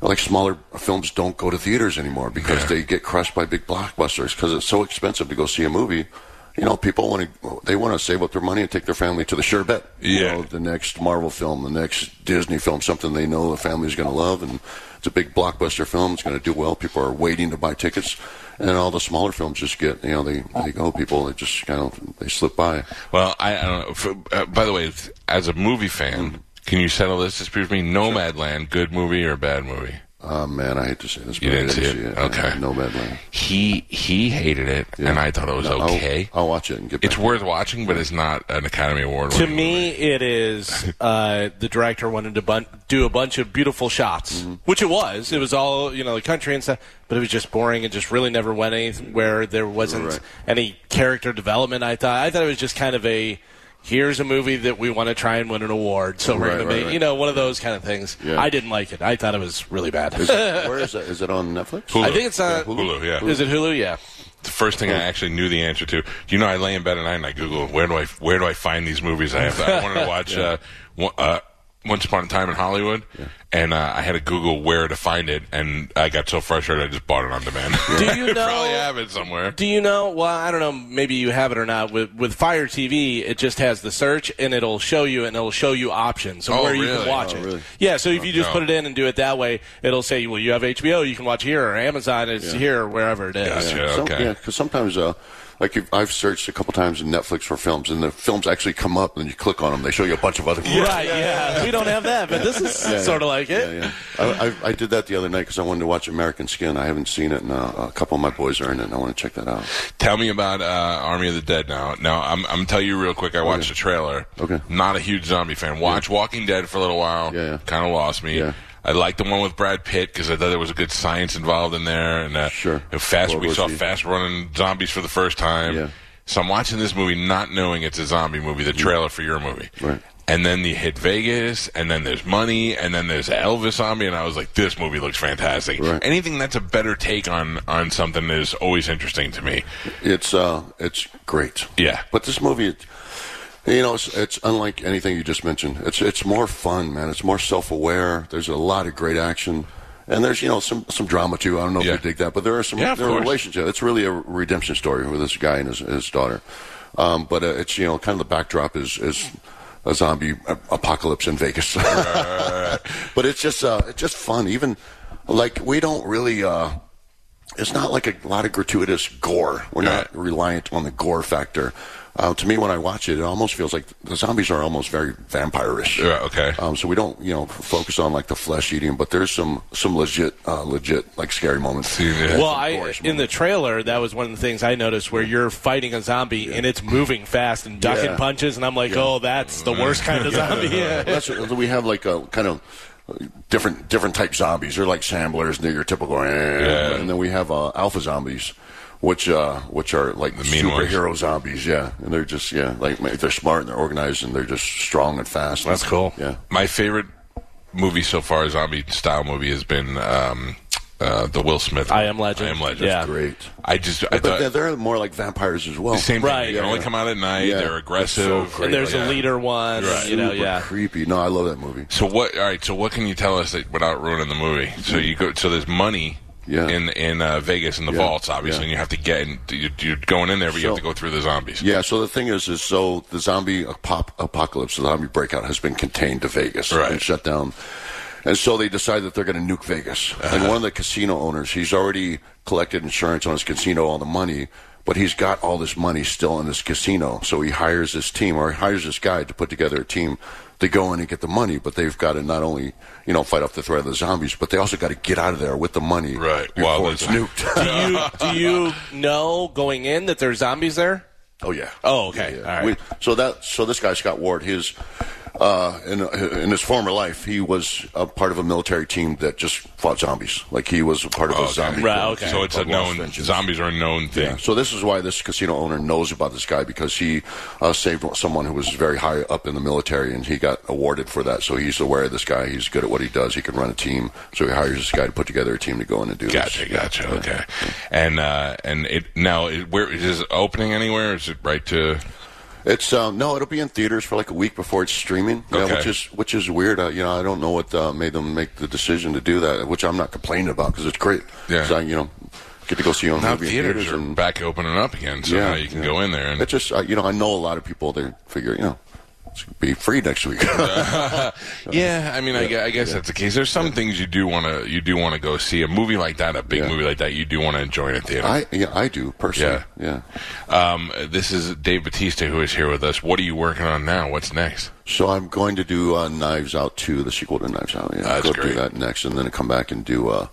Speaker 4: like smaller films don't go to theaters anymore because
Speaker 3: Yeah.
Speaker 4: they get crushed by big blockbusters because it's so expensive to go see a movie. You know, people want to they want to save up their money and take their family to the sure bet. You
Speaker 3: Yeah.
Speaker 4: know, the next Marvel film, the next Disney film, something they know the family's going to love, and it's a big blockbuster film. It's going to do well. People are waiting to buy tickets, and all the smaller films just get you know they they go people they just kind of they slip by.
Speaker 3: Well, I, I don't know. For, uh, by the way, th- as a movie fan, can you settle this dispute with me? Nomadland, good movie or bad movie?
Speaker 4: Oh man, I hate to say this, but
Speaker 3: You
Speaker 4: I
Speaker 3: didn't see it? Okay.
Speaker 4: No Badland.
Speaker 3: He he hated it, and I thought it was
Speaker 4: I'll-
Speaker 3: okay.
Speaker 5: Oh.
Speaker 4: I'll, watch it and get back.
Speaker 3: it's worth watching, but it's not an Academy Award.
Speaker 5: To me, it is uh, the director wanted to bun- do a bunch of beautiful shots,
Speaker 4: Mm-hmm.
Speaker 5: which it was. It was all you know, the country and stuff, but it was just boring and just really never went anywhere. There wasn't
Speaker 4: Right.
Speaker 5: any character development. I thought I thought it was just kind of a here's a movie that we want to try and win an award, so we're
Speaker 4: Right,
Speaker 5: going
Speaker 4: right,
Speaker 5: to be
Speaker 4: right.
Speaker 5: you know one of those kind of things.
Speaker 4: Yeah.
Speaker 5: I didn't like it. I thought it was really bad.
Speaker 4: Is it, where is that? Is it on Netflix?
Speaker 3: Hulu.
Speaker 5: I think it's on
Speaker 3: Hulu. Hulu, yeah.
Speaker 5: Is it Hulu? Yeah.
Speaker 3: the first
Speaker 5: Hmm.
Speaker 3: thing I actually knew the answer to. You know, I lay in bed at night and I Google where do I where do I find these movies? I have. I wanted to watch uh, one, uh, Once Upon a Time in Hollywood, and uh, I had to Google where to find it, and I got so frustrated I just bought it on demand.
Speaker 5: Do
Speaker 3: I
Speaker 5: you know-
Speaker 3: probably have it somewhere.
Speaker 5: Do you know? Well, I don't know. Maybe you have it or not. With with Fire TV, it just has the search and it'll show you and it'll show you options of
Speaker 3: Oh,
Speaker 5: where you
Speaker 3: really?
Speaker 5: can watch
Speaker 4: Oh,
Speaker 5: it.
Speaker 4: really?
Speaker 5: Yeah. So if you just
Speaker 3: no.
Speaker 5: put it in and do it that way, it'll say, well, you have HBO, you can watch here or Amazon, it's here or wherever it is.
Speaker 3: Gotcha. Yeah,
Speaker 4: Some-
Speaker 3: okay.
Speaker 4: yeah, because sometimes, uh, like if I've searched a couple times in Netflix for films, and the films actually come up, and you click on them, they show you a bunch of other movies.
Speaker 5: Right. Yeah, We don't have that, but this is sort of like it.
Speaker 4: Yeah, yeah. I, I, I did that the other night because I wanted to watch American Skin. I haven't seen it, and uh, a couple of my boys are in it. and I want to check that out.
Speaker 3: Tell me about uh, Army of the Dead now. Now I'm I'm tell you real quick. I watched the trailer.
Speaker 4: Oh, Okay.
Speaker 3: Not a huge zombie fan. Watch Walking Dead for a little while.
Speaker 4: Yeah, yeah.
Speaker 3: Kind of lost me.
Speaker 4: Yeah.
Speaker 3: I liked the one with Brad Pitt because I thought there was a good science involved in there, and uh,
Speaker 4: Sure.
Speaker 3: and fast.
Speaker 4: Well,
Speaker 3: we
Speaker 4: was
Speaker 3: saw
Speaker 4: he-
Speaker 3: fast running zombies for the first time.
Speaker 4: Yeah.
Speaker 3: So I'm watching this movie not knowing it's a zombie movie. The trailer for your movie.
Speaker 4: Right.
Speaker 3: And then you hit Vegas, and then there's money, and then there's Elvis zombie, and I was like, this movie looks fantastic.
Speaker 4: Right.
Speaker 3: Anything that's a better take on on something is always interesting to me.
Speaker 4: It's uh, it's great.
Speaker 3: Yeah.
Speaker 4: But this movie, it, you know, it's, it's unlike anything you just mentioned. It's it's more fun, man. It's more self aware. There's a lot of great action, and there's you know some some drama too. I don't know
Speaker 3: Yeah.
Speaker 4: if you dig that, but there are some
Speaker 3: Yeah, of
Speaker 4: there are
Speaker 3: course.
Speaker 4: relationship. It's really a redemption story with this guy and his, his daughter. Um, but uh, it's you know kind of the backdrop is is a zombie a- apocalypse in Vegas. but it's just uh, it's just fun. Even like we don't really. Uh, it's not like a lot of gratuitous gore. We're not reliant on the gore factor. Uh, to me, when I watch it, it almost feels like the zombies are almost very vampire-ish.
Speaker 3: Yeah, Uh, okay.
Speaker 4: Um, so we don't, you know, f- focus on like the flesh eating, but there's some some legit, uh, legit like scary moments.
Speaker 3: Yeah.
Speaker 5: Well,
Speaker 4: Some
Speaker 5: I,
Speaker 4: gorish
Speaker 5: in the
Speaker 4: moments.
Speaker 5: trailer, that was one of the things I noticed where you're fighting a zombie and it's moving fast and ducking
Speaker 4: Yeah.
Speaker 5: punches, and I'm like, oh, that's the worst kind of zombie. Yeah.
Speaker 4: That's, we have like a kind of different different type zombies. They're like samblers, they're your typical, eh, and then we have uh, alpha zombies, which uh, which are like the
Speaker 3: mean ones.
Speaker 4: superhero zombies. Yeah, and they're just yeah, like ma- they're smart and they're organized and they're just strong and fast.
Speaker 5: That's cool.
Speaker 4: Yeah.
Speaker 3: My favorite movie so far, zombie style movie, has been um, uh, the Will Smith.
Speaker 5: I Am Legend.
Speaker 3: I Am Legend.
Speaker 5: Yeah.
Speaker 4: Great.
Speaker 3: I just I
Speaker 4: But
Speaker 3: thought
Speaker 4: they're, they're more like vampires as well.
Speaker 3: the same thing.
Speaker 5: Right.
Speaker 3: They can
Speaker 5: Yeah,
Speaker 3: only
Speaker 4: yeah.
Speaker 3: come out at night.
Speaker 4: Yeah.
Speaker 3: They're
Speaker 4: It's
Speaker 3: aggressive.
Speaker 4: so great.
Speaker 5: And there's
Speaker 3: Yeah.
Speaker 5: a leader one.
Speaker 3: Right.
Speaker 5: You know,
Speaker 4: Super
Speaker 5: yeah.
Speaker 4: creepy. No, I love that movie.
Speaker 3: So what? All right. So what can you tell us that, without ruining the movie? So you go. So there's money.
Speaker 4: Yeah.
Speaker 3: In in uh, Vegas in the
Speaker 4: Yeah.
Speaker 3: vaults, obviously,
Speaker 4: Yeah.
Speaker 3: and you have to get. In, you, you're going in there, but you have
Speaker 4: So-
Speaker 3: to go through the zombies.
Speaker 4: Yeah. So the thing is, is so the zombie apop- apocalypse, the zombie breakout, has been contained to Vegas
Speaker 3: Right.
Speaker 4: and shut down. And so they decide that they're going to nuke Vegas.
Speaker 3: Uh-huh.
Speaker 4: And one of the casino owners, he's already collected insurance on his casino, all the money, but he's got all this money still in his casino. So he hires this team, or he hires this guy to put together a team to go in and get the money. But they've got to not only, you know, fight off the threat of the zombies, but they also got to get out of there with the money
Speaker 3: Right.
Speaker 4: before
Speaker 3: While
Speaker 4: it's
Speaker 3: there's-
Speaker 4: nuked.
Speaker 5: Do you do you know going in that there's zombies there?
Speaker 4: oh yeah.
Speaker 5: Oh, okay.
Speaker 4: Yeah.
Speaker 5: All right.
Speaker 4: We- so that so this guy Scott Ward, his uh, in in his former life, he was a part of a military team that just fought zombies. Like he was a part of a
Speaker 3: Oh, Okay.
Speaker 4: zombie.
Speaker 5: Right,
Speaker 4: group.
Speaker 5: Oh, okay.
Speaker 3: So it's a
Speaker 4: Called Lost
Speaker 3: known.
Speaker 4: Vengeance.
Speaker 3: Zombies are a known thing.
Speaker 4: Yeah. So this is why this casino owner knows about this guy because he uh, saved someone who was very high up in the military, and he got awarded for that. So he's aware of this guy. He's good at what he does. He can run a team. So he hires this guy to put together a team to go in and do
Speaker 3: Gotcha,
Speaker 4: this. Yeah.
Speaker 3: gotcha. Okay, and uh, and it now it, where is it opening anywhere? Is it right to?
Speaker 4: It's um, no, it'll be in theaters for like a week before it's streaming. Yeah,
Speaker 3: Okay.
Speaker 4: which is which is weird. Uh, you know, I don't know what uh, made them make the decision to do that, which I'm not complaining about because it's great.
Speaker 3: Yeah.
Speaker 4: so, you know, get to go see a
Speaker 3: Now
Speaker 4: movie in
Speaker 3: theaters
Speaker 4: theaters
Speaker 3: are
Speaker 4: and
Speaker 3: back opening up again, so
Speaker 4: yeah,
Speaker 3: now you can
Speaker 4: yeah.
Speaker 3: go in there and
Speaker 4: It's just uh, you know, I know a lot of people. They figure you know, it's gonna be free next week.
Speaker 3: Yeah, I mean, I, gue- I guess that's the case. There's some things you do want to you do want to go see a movie like that, a big
Speaker 4: Yeah.
Speaker 3: movie like that. You do want to enjoy in a theater.
Speaker 4: I yeah, I do personally. Yeah.
Speaker 3: um, this is Dave Batista who is here with us. What are you working on now? What's next?
Speaker 4: So I'm going to do uh, Knives Out 2, the sequel to Knives Out. Yeah,
Speaker 3: That's
Speaker 4: go
Speaker 3: great.
Speaker 4: do that next, and then come back and do uh,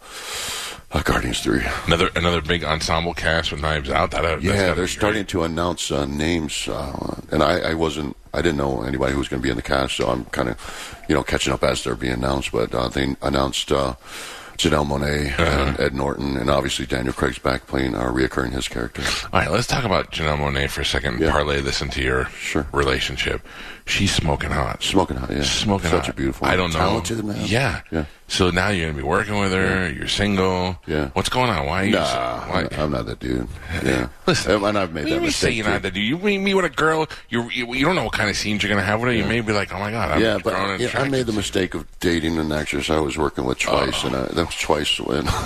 Speaker 4: uh, Guardians 3.
Speaker 3: Another another big ensemble cast with Knives Out. That that's gotta
Speaker 4: Yeah,
Speaker 3: be
Speaker 4: they're
Speaker 3: great.
Speaker 4: starting to announce uh, names, uh, and I, I wasn't, I didn't know anybody who was going to be in the cast, so I'm kind of, you know, catching up as they're being announced. But uh, they announced uh, Janelle Monet
Speaker 3: Uh-huh.
Speaker 4: and Ed Norton, and obviously Daniel Craig's back playing, uh, reoccurring his character.
Speaker 3: All right, let's talk about Janelle Monet for a second. and
Speaker 4: Yeah.
Speaker 3: Parlay this into your
Speaker 4: Sure.
Speaker 3: relationship. She's smoking hot.
Speaker 4: Smoking hot, yeah,
Speaker 3: Smoking
Speaker 4: such
Speaker 3: hot.
Speaker 4: a beautiful,
Speaker 3: I don't know.
Speaker 4: talented man.
Speaker 3: Yeah.
Speaker 4: yeah.
Speaker 3: So now you're gonna be working with her. You're single.
Speaker 4: Yeah.
Speaker 3: What's going on? Why? Are you
Speaker 4: Nah,
Speaker 3: why-
Speaker 4: I'm not that dude. Yeah,
Speaker 3: Listen,
Speaker 4: and I've
Speaker 3: What
Speaker 4: made
Speaker 3: do you
Speaker 4: that
Speaker 3: mean say
Speaker 4: mistake.
Speaker 3: you're
Speaker 4: too.
Speaker 3: not that dude? You mean me with a girl? You you you don't know what kind of scenes you're gonna have with her. You may be like, oh my god, I'm
Speaker 4: yeah, but
Speaker 3: grown and
Speaker 4: yeah, I
Speaker 3: attracted
Speaker 4: made
Speaker 3: to
Speaker 4: the
Speaker 3: you.
Speaker 4: mistake of dating an actress I was working with twice, and I, that was twice when,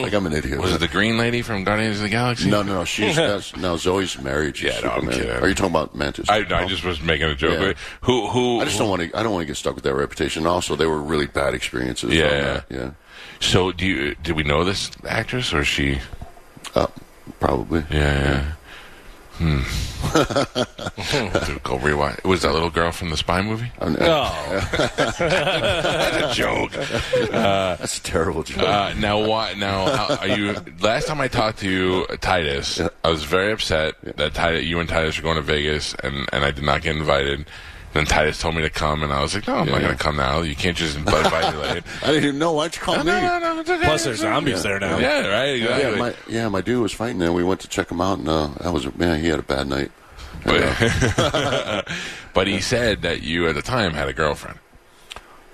Speaker 4: like, I'm an idiot.
Speaker 3: Was it the green lady from Guardians of the Galaxy?
Speaker 4: no, no, no. She's that's, no Zoe's married. She's
Speaker 3: Yeah, no, I'm
Speaker 4: Superman.
Speaker 3: kidding.
Speaker 4: Are you talking about Mantis?
Speaker 3: I, no, I just was making a joke.
Speaker 4: Yeah.
Speaker 3: Who who?
Speaker 4: I just don't want to. I don't want to get stuck with that reputation. Also, they were really bad experiences. on
Speaker 3: Yeah.
Speaker 4: that, yeah,
Speaker 3: So do you? Did we know this actress or is she?
Speaker 4: uh, probably.
Speaker 3: Yeah. Hmm. yeah. Hmm. Go rewatch. Was that little girl from the spy movie?
Speaker 4: I'm-
Speaker 5: Oh,
Speaker 3: A joke.
Speaker 4: That's a terrible joke.
Speaker 3: Uh, now why? Now how, are you? Last time I talked to you, Titus, I was very upset that Titus, you and Titus were going to Vegas, and and I did not get invited. Then Titus told me to come, and I was like, "No, I'm not
Speaker 4: Yeah.
Speaker 3: going to come now. You can't just invite me later."
Speaker 4: I didn't even know. Why'd you call
Speaker 3: no,
Speaker 4: me?
Speaker 3: no, no, it's okay.
Speaker 5: plus there's zombies
Speaker 4: Yeah.
Speaker 5: there now.
Speaker 3: Yeah, right. Exactly.
Speaker 4: Yeah, my yeah, my dude was fighting there. We went to check him out, and uh, that was man. He had a bad night. And, uh,
Speaker 3: but, but he said that you at the time had a girlfriend,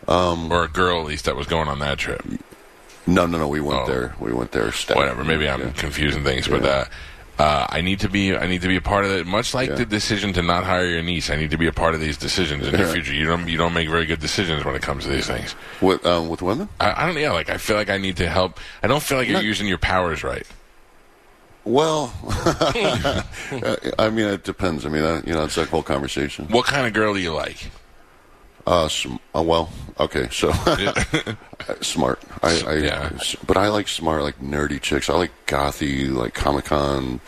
Speaker 3: um, or a girl at least that was going on that trip.
Speaker 4: no, no, no. We went
Speaker 3: Oh.
Speaker 4: there. We went there. Stacked.
Speaker 3: whatever. Maybe I'm
Speaker 4: Yeah.
Speaker 3: confusing things, but
Speaker 4: Yeah.
Speaker 3: uh, uh, I need to be I need to be a part of it. Much like
Speaker 4: Yeah.
Speaker 3: the decision to not hire your niece, I need to be a part of these decisions in the
Speaker 4: Yeah.
Speaker 3: future. You don't you don't make very good decisions when it comes to these things.
Speaker 4: With um, with women?
Speaker 3: I, I don't yeah like I feel like I need to help. I don't feel like you're
Speaker 4: Not-
Speaker 3: using your powers right.
Speaker 4: Well, uh, I mean, it depends. I mean, uh, you know, it's that whole conversation.
Speaker 3: What kind of girl do you like?
Speaker 4: Uh, sm- uh well, okay, so smart. I, I
Speaker 3: Yeah.
Speaker 4: s- but I like smart, like nerdy chicks. I like gothy, like Comic Con.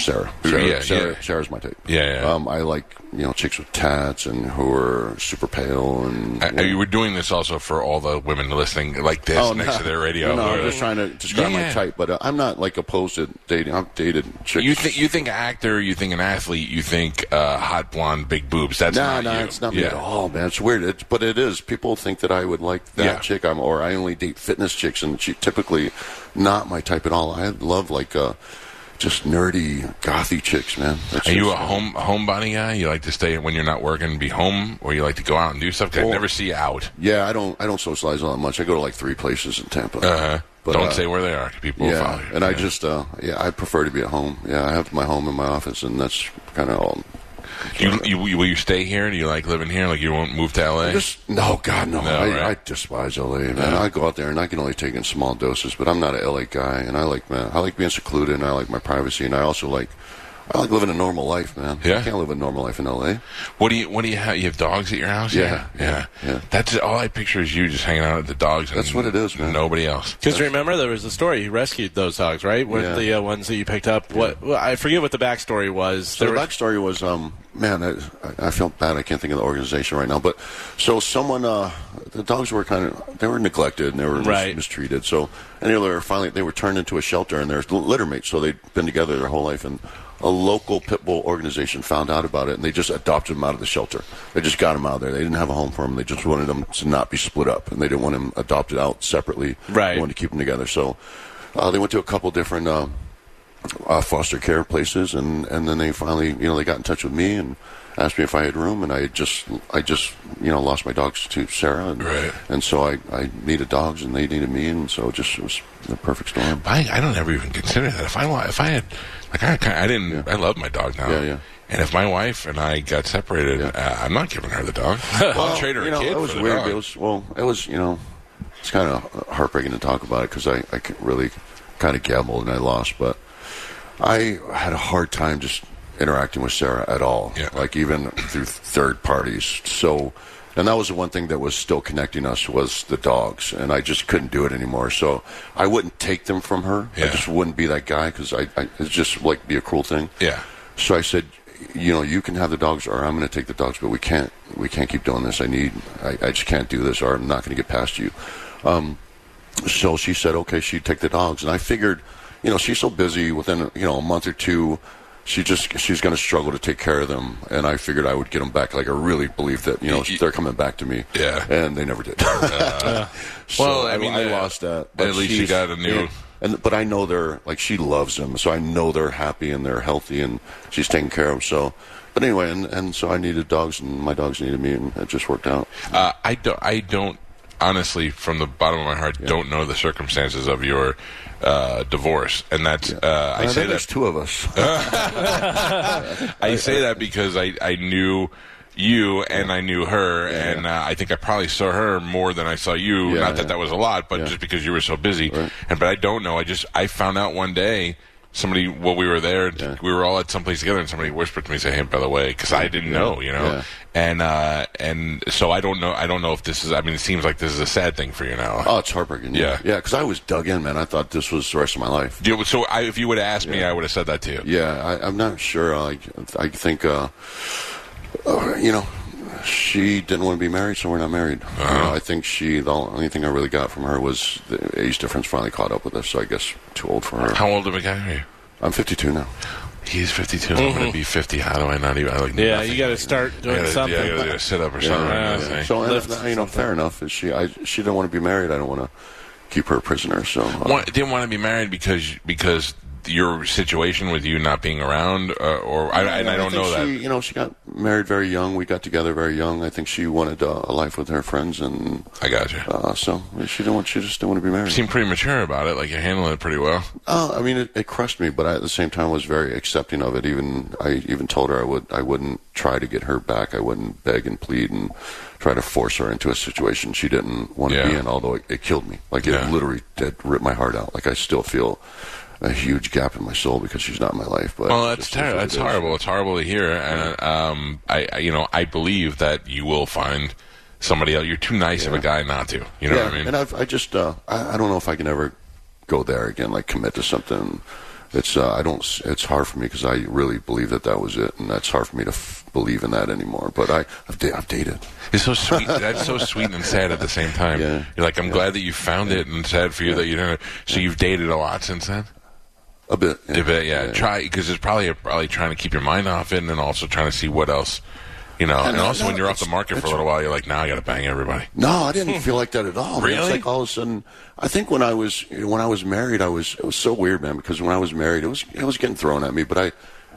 Speaker 4: Sarah, Sarah,
Speaker 3: yeah.
Speaker 4: Sarah, Sarah's my type.
Speaker 3: Yeah, yeah.
Speaker 4: Um, I like you know chicks with tats and who are super pale and.
Speaker 3: I, I, you were doing this also for all the women listening like this next to their radio.
Speaker 4: Oh, No,
Speaker 3: Or-
Speaker 4: I'm just trying to describe
Speaker 3: Yeah.
Speaker 4: my type, but uh, I'm not like opposed to dating. I've dated chicks.
Speaker 3: You think you think actor, you think an athlete, you think uh, hot blonde, big boobs. That's
Speaker 4: No,
Speaker 3: not
Speaker 4: no,
Speaker 3: you.
Speaker 4: it's not
Speaker 3: yeah.
Speaker 4: me at all, man. It's weird, it, but it is. People think that I would like that
Speaker 3: Yeah.
Speaker 4: chick, I'm, or I only date fitness chicks, and she typically not my type at all. I love like uh, just nerdy, gothy chicks, man. That's
Speaker 3: Are you
Speaker 4: just- uh,
Speaker 3: a home homebody guy? You like to stay when you're not working, be home, or you like to go out and do stuff? 'Cause I
Speaker 4: Well-
Speaker 3: never see you out.
Speaker 4: Yeah, I don't. I don't socialize all that much. I go to like three places in Tampa.
Speaker 3: Uh-huh.
Speaker 4: But,
Speaker 3: Don't
Speaker 4: uh,
Speaker 3: say where they are. People will
Speaker 4: Yeah,
Speaker 3: follow you.
Speaker 4: and I just uh, yeah, I prefer to be at home. Yeah, I have my home in my office, and that's kind of all.
Speaker 3: Do you, you, you- will you stay here? Do you like living here? Like you won't move to LA?
Speaker 4: Just no, God, no.
Speaker 3: No,
Speaker 4: I,
Speaker 3: right?
Speaker 4: I despise LA, man. I go out there and I can only take in small doses, but I'm not a LA guy, and I like man, I like being secluded, and I like my privacy, and I also like I like living a normal life, man.
Speaker 3: Yeah.
Speaker 4: I can't live a normal life in LA.
Speaker 3: What do you What do you have? You have dogs at your house?
Speaker 4: Yeah,
Speaker 3: yeah.
Speaker 4: yeah, yeah.
Speaker 3: That's all I picture is you just hanging out with the dogs. And
Speaker 4: That's what it is, man.
Speaker 3: Nobody else.
Speaker 5: Because remember, there was a story you rescued those dogs, right? Were
Speaker 4: Yeah.
Speaker 5: the uh, ones that you picked up? What well, I forget what the backstory was.
Speaker 4: So
Speaker 5: There
Speaker 4: the
Speaker 5: was-
Speaker 4: backstory was, um, man, I, I- I feel bad. I can't think of the organization right now. But so someone, uh, the dogs were kind of they were neglected and they were mis-
Speaker 5: Right.
Speaker 4: mistreated. So anyway, they were finally they were turned into a shelter and they're littermates. So they'd been together their whole life, and a local pit bull organization found out about it and they just adopted them out of the shelter. They just got them out of there. They didn't have a home for them. They just wanted them to not be split up, and they didn't want them adopted out separately.
Speaker 5: Right.
Speaker 4: They wanted to keep them together. So uh, they went to a couple different. um uh, foster care places, and, and then they finally, you know, they got in touch with me and asked me if I had room, and I had just, I just, you know, lost my dogs to Sarah, and,
Speaker 3: Right.
Speaker 4: and so I, I needed dogs, and they needed me, and so it just was the perfect storm.
Speaker 3: I, I don't ever even consider that. If I wa- if I had like I kind- I didn't I love my dog now.
Speaker 4: Yeah, yeah.
Speaker 3: And if my wife and I got separated, uh, I'm not giving her the dog. I'll trade her
Speaker 4: you
Speaker 3: a
Speaker 4: know,
Speaker 3: kid
Speaker 4: it was
Speaker 3: for the
Speaker 4: weird.
Speaker 3: dog.
Speaker 4: It was well, it was, you know, it's kind of heartbreaking to talk about it because I, I could really kind of gambled and I lost, but I had a hard time just interacting with Sarah at all.
Speaker 3: Yeah.
Speaker 4: Like even through third parties. So, and that was the one thing that was still connecting us was the dogs, and I just couldn't do it anymore. So I wouldn't take them from her. I
Speaker 3: Yeah.
Speaker 4: just wouldn't be that guy because I, I it's just like be a cruel thing.
Speaker 3: Yeah.
Speaker 4: So I said, you know, you can have the dogs, or I'm going to take the dogs, but we can't, we can't keep doing this. I need, I, I just can't do this, or I'm not going to get past you. Um, so she said, okay, she'd take the dogs, and I figured, you know, she's so busy. Within you know a month or two, she just she's going to struggle to take care of them, and I figured I would get them back. Like I really believe that you know
Speaker 3: Y- y-
Speaker 4: they're coming back to me.
Speaker 3: Yeah. Uh,
Speaker 4: and they never did. So
Speaker 3: Well, I mean,
Speaker 4: I
Speaker 3: uh,
Speaker 4: lost that.
Speaker 3: at least you
Speaker 4: she's-
Speaker 3: got a new-
Speaker 4: yeah. And but I know they're like she loves them, so I know they're happy and they're healthy and she's taking care of them. So, but anyway, and and so I needed dogs and my dogs needed me, and it just worked out.
Speaker 3: Uh, I don't. I don't. Honestly, from the bottom of my heart, don't know the circumstances of your uh, divorce, and that's. Uh, I
Speaker 4: And
Speaker 3: say
Speaker 4: think there's
Speaker 3: that.
Speaker 4: two of us.
Speaker 3: I say that because I I knew you and I knew her, and Uh, I think I probably saw her more than I saw you.
Speaker 4: Yeah,
Speaker 3: Not that
Speaker 4: yeah.
Speaker 3: that was a lot, but
Speaker 4: Yeah.
Speaker 3: just because you were so busy. And but I don't know. I just I found out one day. Somebody, while we were there, we were all at some place together, and somebody whispered to me, "Say, hey, by the way," because I didn't know, you know,
Speaker 4: Yeah.
Speaker 3: and uh, and so I don't know. I don't know if this is. I mean, it seems like this is a sad thing for you now.
Speaker 4: Oh, it's heartbreaking.
Speaker 3: Yeah.
Speaker 4: yeah, because I was dug in, man. I thought this was the rest of my life.
Speaker 3: Do you- so I, if you would have asked me, I would have said that to you.
Speaker 4: Yeah, I, I'm not sure. I I think, uh, uh, you know, she didn't want to be married, so we're not married. You
Speaker 3: Uh-huh.
Speaker 4: know, I think she the only thing I really got from her was the age difference finally caught up with us. So I guess too old for her.
Speaker 3: How old of a guy are you?
Speaker 4: I'm 52 now.
Speaker 3: He's 52. I'm
Speaker 4: Mm-hmm.
Speaker 3: going to be 50. How do I not even? I like
Speaker 5: yeah,
Speaker 3: nothing.
Speaker 5: you got to start
Speaker 3: I
Speaker 5: doing
Speaker 3: gotta-
Speaker 5: something.
Speaker 3: Yeah, Ah, I gotta do a sit up or something.
Speaker 5: Yeah.
Speaker 3: like that.
Speaker 4: So
Speaker 5: Lift
Speaker 4: and, you know, fair enough. Is she I she didn't want to be married. I don't want to keep her a prisoner. So uh,
Speaker 3: Want- didn't want to be married because because your situation with you not being around, uh, or I, and I don't
Speaker 4: think
Speaker 3: know
Speaker 4: she,
Speaker 3: that.
Speaker 4: You know, she got married very young. We got together very young. I think she wanted uh, a life with her friends, and
Speaker 3: I got you.
Speaker 4: uh, so she didn't want. She just didn't want to be married.
Speaker 3: You seem pretty mature about it. Like you're handling it pretty well.
Speaker 4: Uh, I mean, it, it crushed me, but I, at the same time, was very accepting of it. Even I even told her I would I wouldn't try to get her back. I wouldn't beg and plead and try to force her into a situation she didn't want
Speaker 3: Yeah.
Speaker 4: to be in. Although it, it killed me, like
Speaker 3: Yeah.
Speaker 4: it literally did rip my heart out. Like I still feel a huge gap in my soul because she's not in my life. But
Speaker 3: Well,
Speaker 4: it
Speaker 3: that's
Speaker 4: just is
Speaker 3: terrible.
Speaker 4: what
Speaker 3: That's
Speaker 4: it is.
Speaker 3: horrible. It's horrible to hear. And um, I, I, you know, I believe that you will find somebody else. You're too nice of a guy not to. You know
Speaker 4: yeah,
Speaker 3: what I mean?
Speaker 4: and I've, I just uh, I, I don't know if I can ever go there again, like commit to something. It's uh, I don't. s- It's hard for me because I really believe that that was it, and that's hard for me to f- believe in that anymore. But I, I've, da- I've dated.
Speaker 3: It's so sweet. That's so sweet and sad at the same time.
Speaker 4: Yeah.
Speaker 3: You're like, I'm glad that you found it, and sad for you that you didn't. So you've dated a lot since then.
Speaker 4: A bit.
Speaker 3: Yeah, but yeah, try because it's probably probably trying to keep your mind off it, and then also trying to see what else, you know. And
Speaker 4: no,
Speaker 3: also
Speaker 4: no,
Speaker 3: when you're off the
Speaker 4: it's-
Speaker 3: market for a little while, you're like, now I got to bang everybody.
Speaker 4: No, I didn't feel like that at all. man.
Speaker 3: Really?
Speaker 4: It's like all of a sudden, I think when I was when I was married, I was it was so weird, man. Because when I was married, it was it was getting thrown at me, but I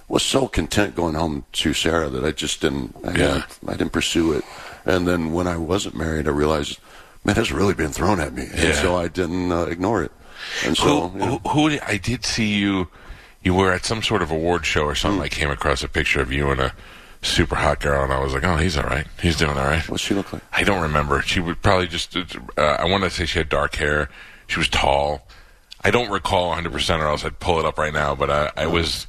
Speaker 4: was so content going home to Sarah that I just didn't. I,
Speaker 3: Yeah.
Speaker 4: didn't, I didn't pursue it. And then when I wasn't married, I realized, man, it's really been thrown at me, and
Speaker 3: Yeah.
Speaker 4: so I didn't uh, ignore it. And
Speaker 3: Who,
Speaker 4: so, you know.
Speaker 3: who, who did- I did see you. You were at some sort of award show or something. I came across a picture of you and a super hot girl, and I was like, "Oh, he's all right. He's doing all right."
Speaker 4: what's she look like?
Speaker 3: I don't remember. She would probably just. Uh, I want to say she had dark hair. She was tall. I don't recall 100, percent or else I'd pull it up right now. But I, I was,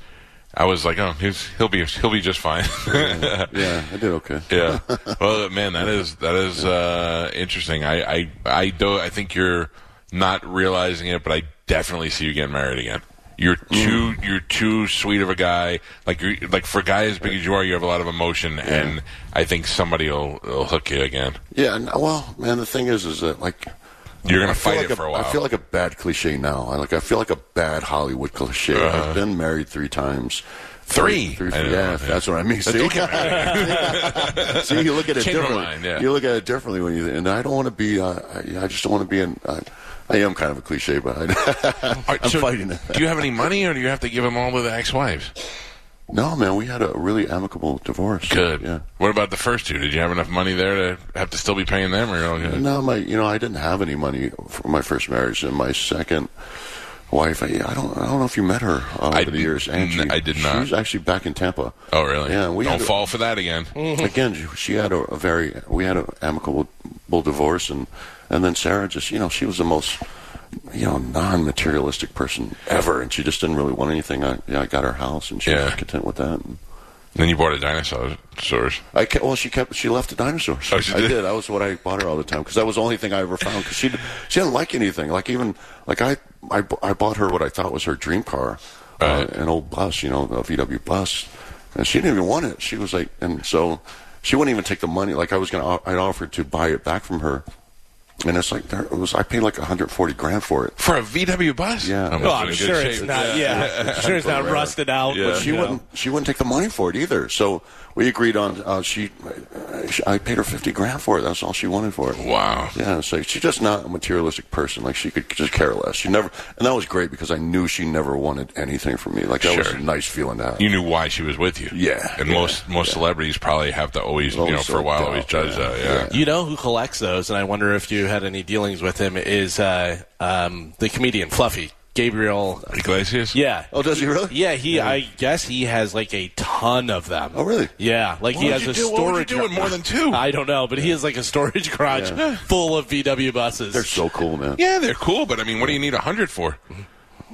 Speaker 3: I was like, oh, he's, he'll be, he'll be just fine.
Speaker 4: Yeah, I did okay.
Speaker 3: yeah. Well, man, that is that is uh, interesting. I, I, I do. I think you're not realizing it, but I definitely see you getting married again. You're too, you're too sweet of a guy. Like, you're, like for a guy as big as you are, you have a lot of emotion, and I think somebody will, will hook you again.
Speaker 4: Yeah, and, well, man, the thing is, is that like
Speaker 3: You're gonna
Speaker 4: I feel
Speaker 3: fight
Speaker 4: like
Speaker 3: it for a while.
Speaker 4: I feel like a bad cliche now. I like I feel like a bad Hollywood cliche. I've been married three times.
Speaker 3: Uh-huh. Three?
Speaker 4: three,
Speaker 3: I know,
Speaker 4: yeah,
Speaker 3: yeah.
Speaker 4: that's what I mean. See, See, you look at it
Speaker 3: Change my
Speaker 4: differently.
Speaker 3: mind, yeah.
Speaker 4: You look at it differently when you. And I don't want to be. Uh, I, I just don't want to be an. I, I am kind of a cliche, but I,
Speaker 3: All right,
Speaker 4: I'm
Speaker 3: so
Speaker 4: fighting it.
Speaker 3: Do you have any money, or do you have to give them all to the ex-wives?
Speaker 4: No, man, we had a really amicable divorce.
Speaker 3: Good.
Speaker 4: Yeah.
Speaker 3: What about the first two? Did you have enough money there to have to still be paying them, or you're all good?
Speaker 4: No, my you know I didn't have any money for my first marriage, and my second wife. I, I don't I don't know if you met her uh, over
Speaker 3: I
Speaker 4: the
Speaker 3: did-
Speaker 4: years. Angie.
Speaker 3: n- I did not.
Speaker 4: She's actually back in Tampa.
Speaker 3: Oh, really?
Speaker 4: Yeah, we
Speaker 3: don't
Speaker 4: had a-
Speaker 3: fall for that again.
Speaker 4: Again, she- she had a, a very we had an amicable divorce, and and then Sarah just you know she was the most you know non-materialistic person ever, and she just didn't really want anything. I yeah, I got her house, and she
Speaker 3: Yeah.
Speaker 4: was content with that. And,
Speaker 3: Then you bought a dinosaur. source.
Speaker 4: I kept, well, she kept. She left the dinosaurs.
Speaker 3: Oh, she
Speaker 4: I
Speaker 3: did?
Speaker 4: did. That was what I bought her all the time because that was the only thing I ever found. Because she she didn't like anything. Like even like I I, bu- I bought her what I thought was her dream car, uh,
Speaker 3: Right.
Speaker 4: an old bus, you know, a VW bus, and she didn't even want it. She was like, and so she wouldn't even take the money. Like I was gonna, I'd offered to buy it back from her, and it's like there it was. I paid like 140 grand for it.
Speaker 3: For a VW bus?
Speaker 4: Yeah.
Speaker 3: Oh,
Speaker 4: Well,
Speaker 3: in
Speaker 5: I'm
Speaker 3: good
Speaker 5: sure it's
Speaker 3: shape.
Speaker 5: not. Yeah, I'm sure it's not rusted out.
Speaker 3: Yeah.
Speaker 5: but
Speaker 4: She wouldn't. She wouldn't take the money for it either. So we agreed on. Uh, she, uh, she, I paid her fifty grand for it. That's all she wanted for it.
Speaker 3: Wow.
Speaker 4: Yeah, so she's just not a materialistic person. Like she could just care less. She never, and that was great because I knew she never wanted anything from me. Like that was
Speaker 3: Sure.
Speaker 4: a nice feeling to have.
Speaker 3: You knew why she was with you.
Speaker 4: Yeah,
Speaker 3: And
Speaker 4: yeah,
Speaker 3: most most celebrities probably have to always, you know,
Speaker 4: Always
Speaker 3: for a while,
Speaker 4: sort
Speaker 3: always
Speaker 4: it out,
Speaker 3: judge
Speaker 4: yeah,
Speaker 3: that. Yeah.
Speaker 5: You know who collects those, and I wonder if you had any dealings with him. Is uh, um, the comedian Fluffy Gabriel?
Speaker 3: Iglesias?
Speaker 5: Yeah.
Speaker 4: oh, does he really?
Speaker 5: Yeah, he. I guess he has like a ton of them.
Speaker 4: Oh, really?
Speaker 5: Yeah, like he
Speaker 3: What would
Speaker 5: has
Speaker 3: you
Speaker 5: a
Speaker 3: do-
Speaker 5: storage.
Speaker 3: what would you do with more than two?
Speaker 5: I don't know, but he has like a storage garage full of VW buses.
Speaker 4: They're so cool, man.
Speaker 3: Yeah, they're cool, but I mean, what do you need a 100 for?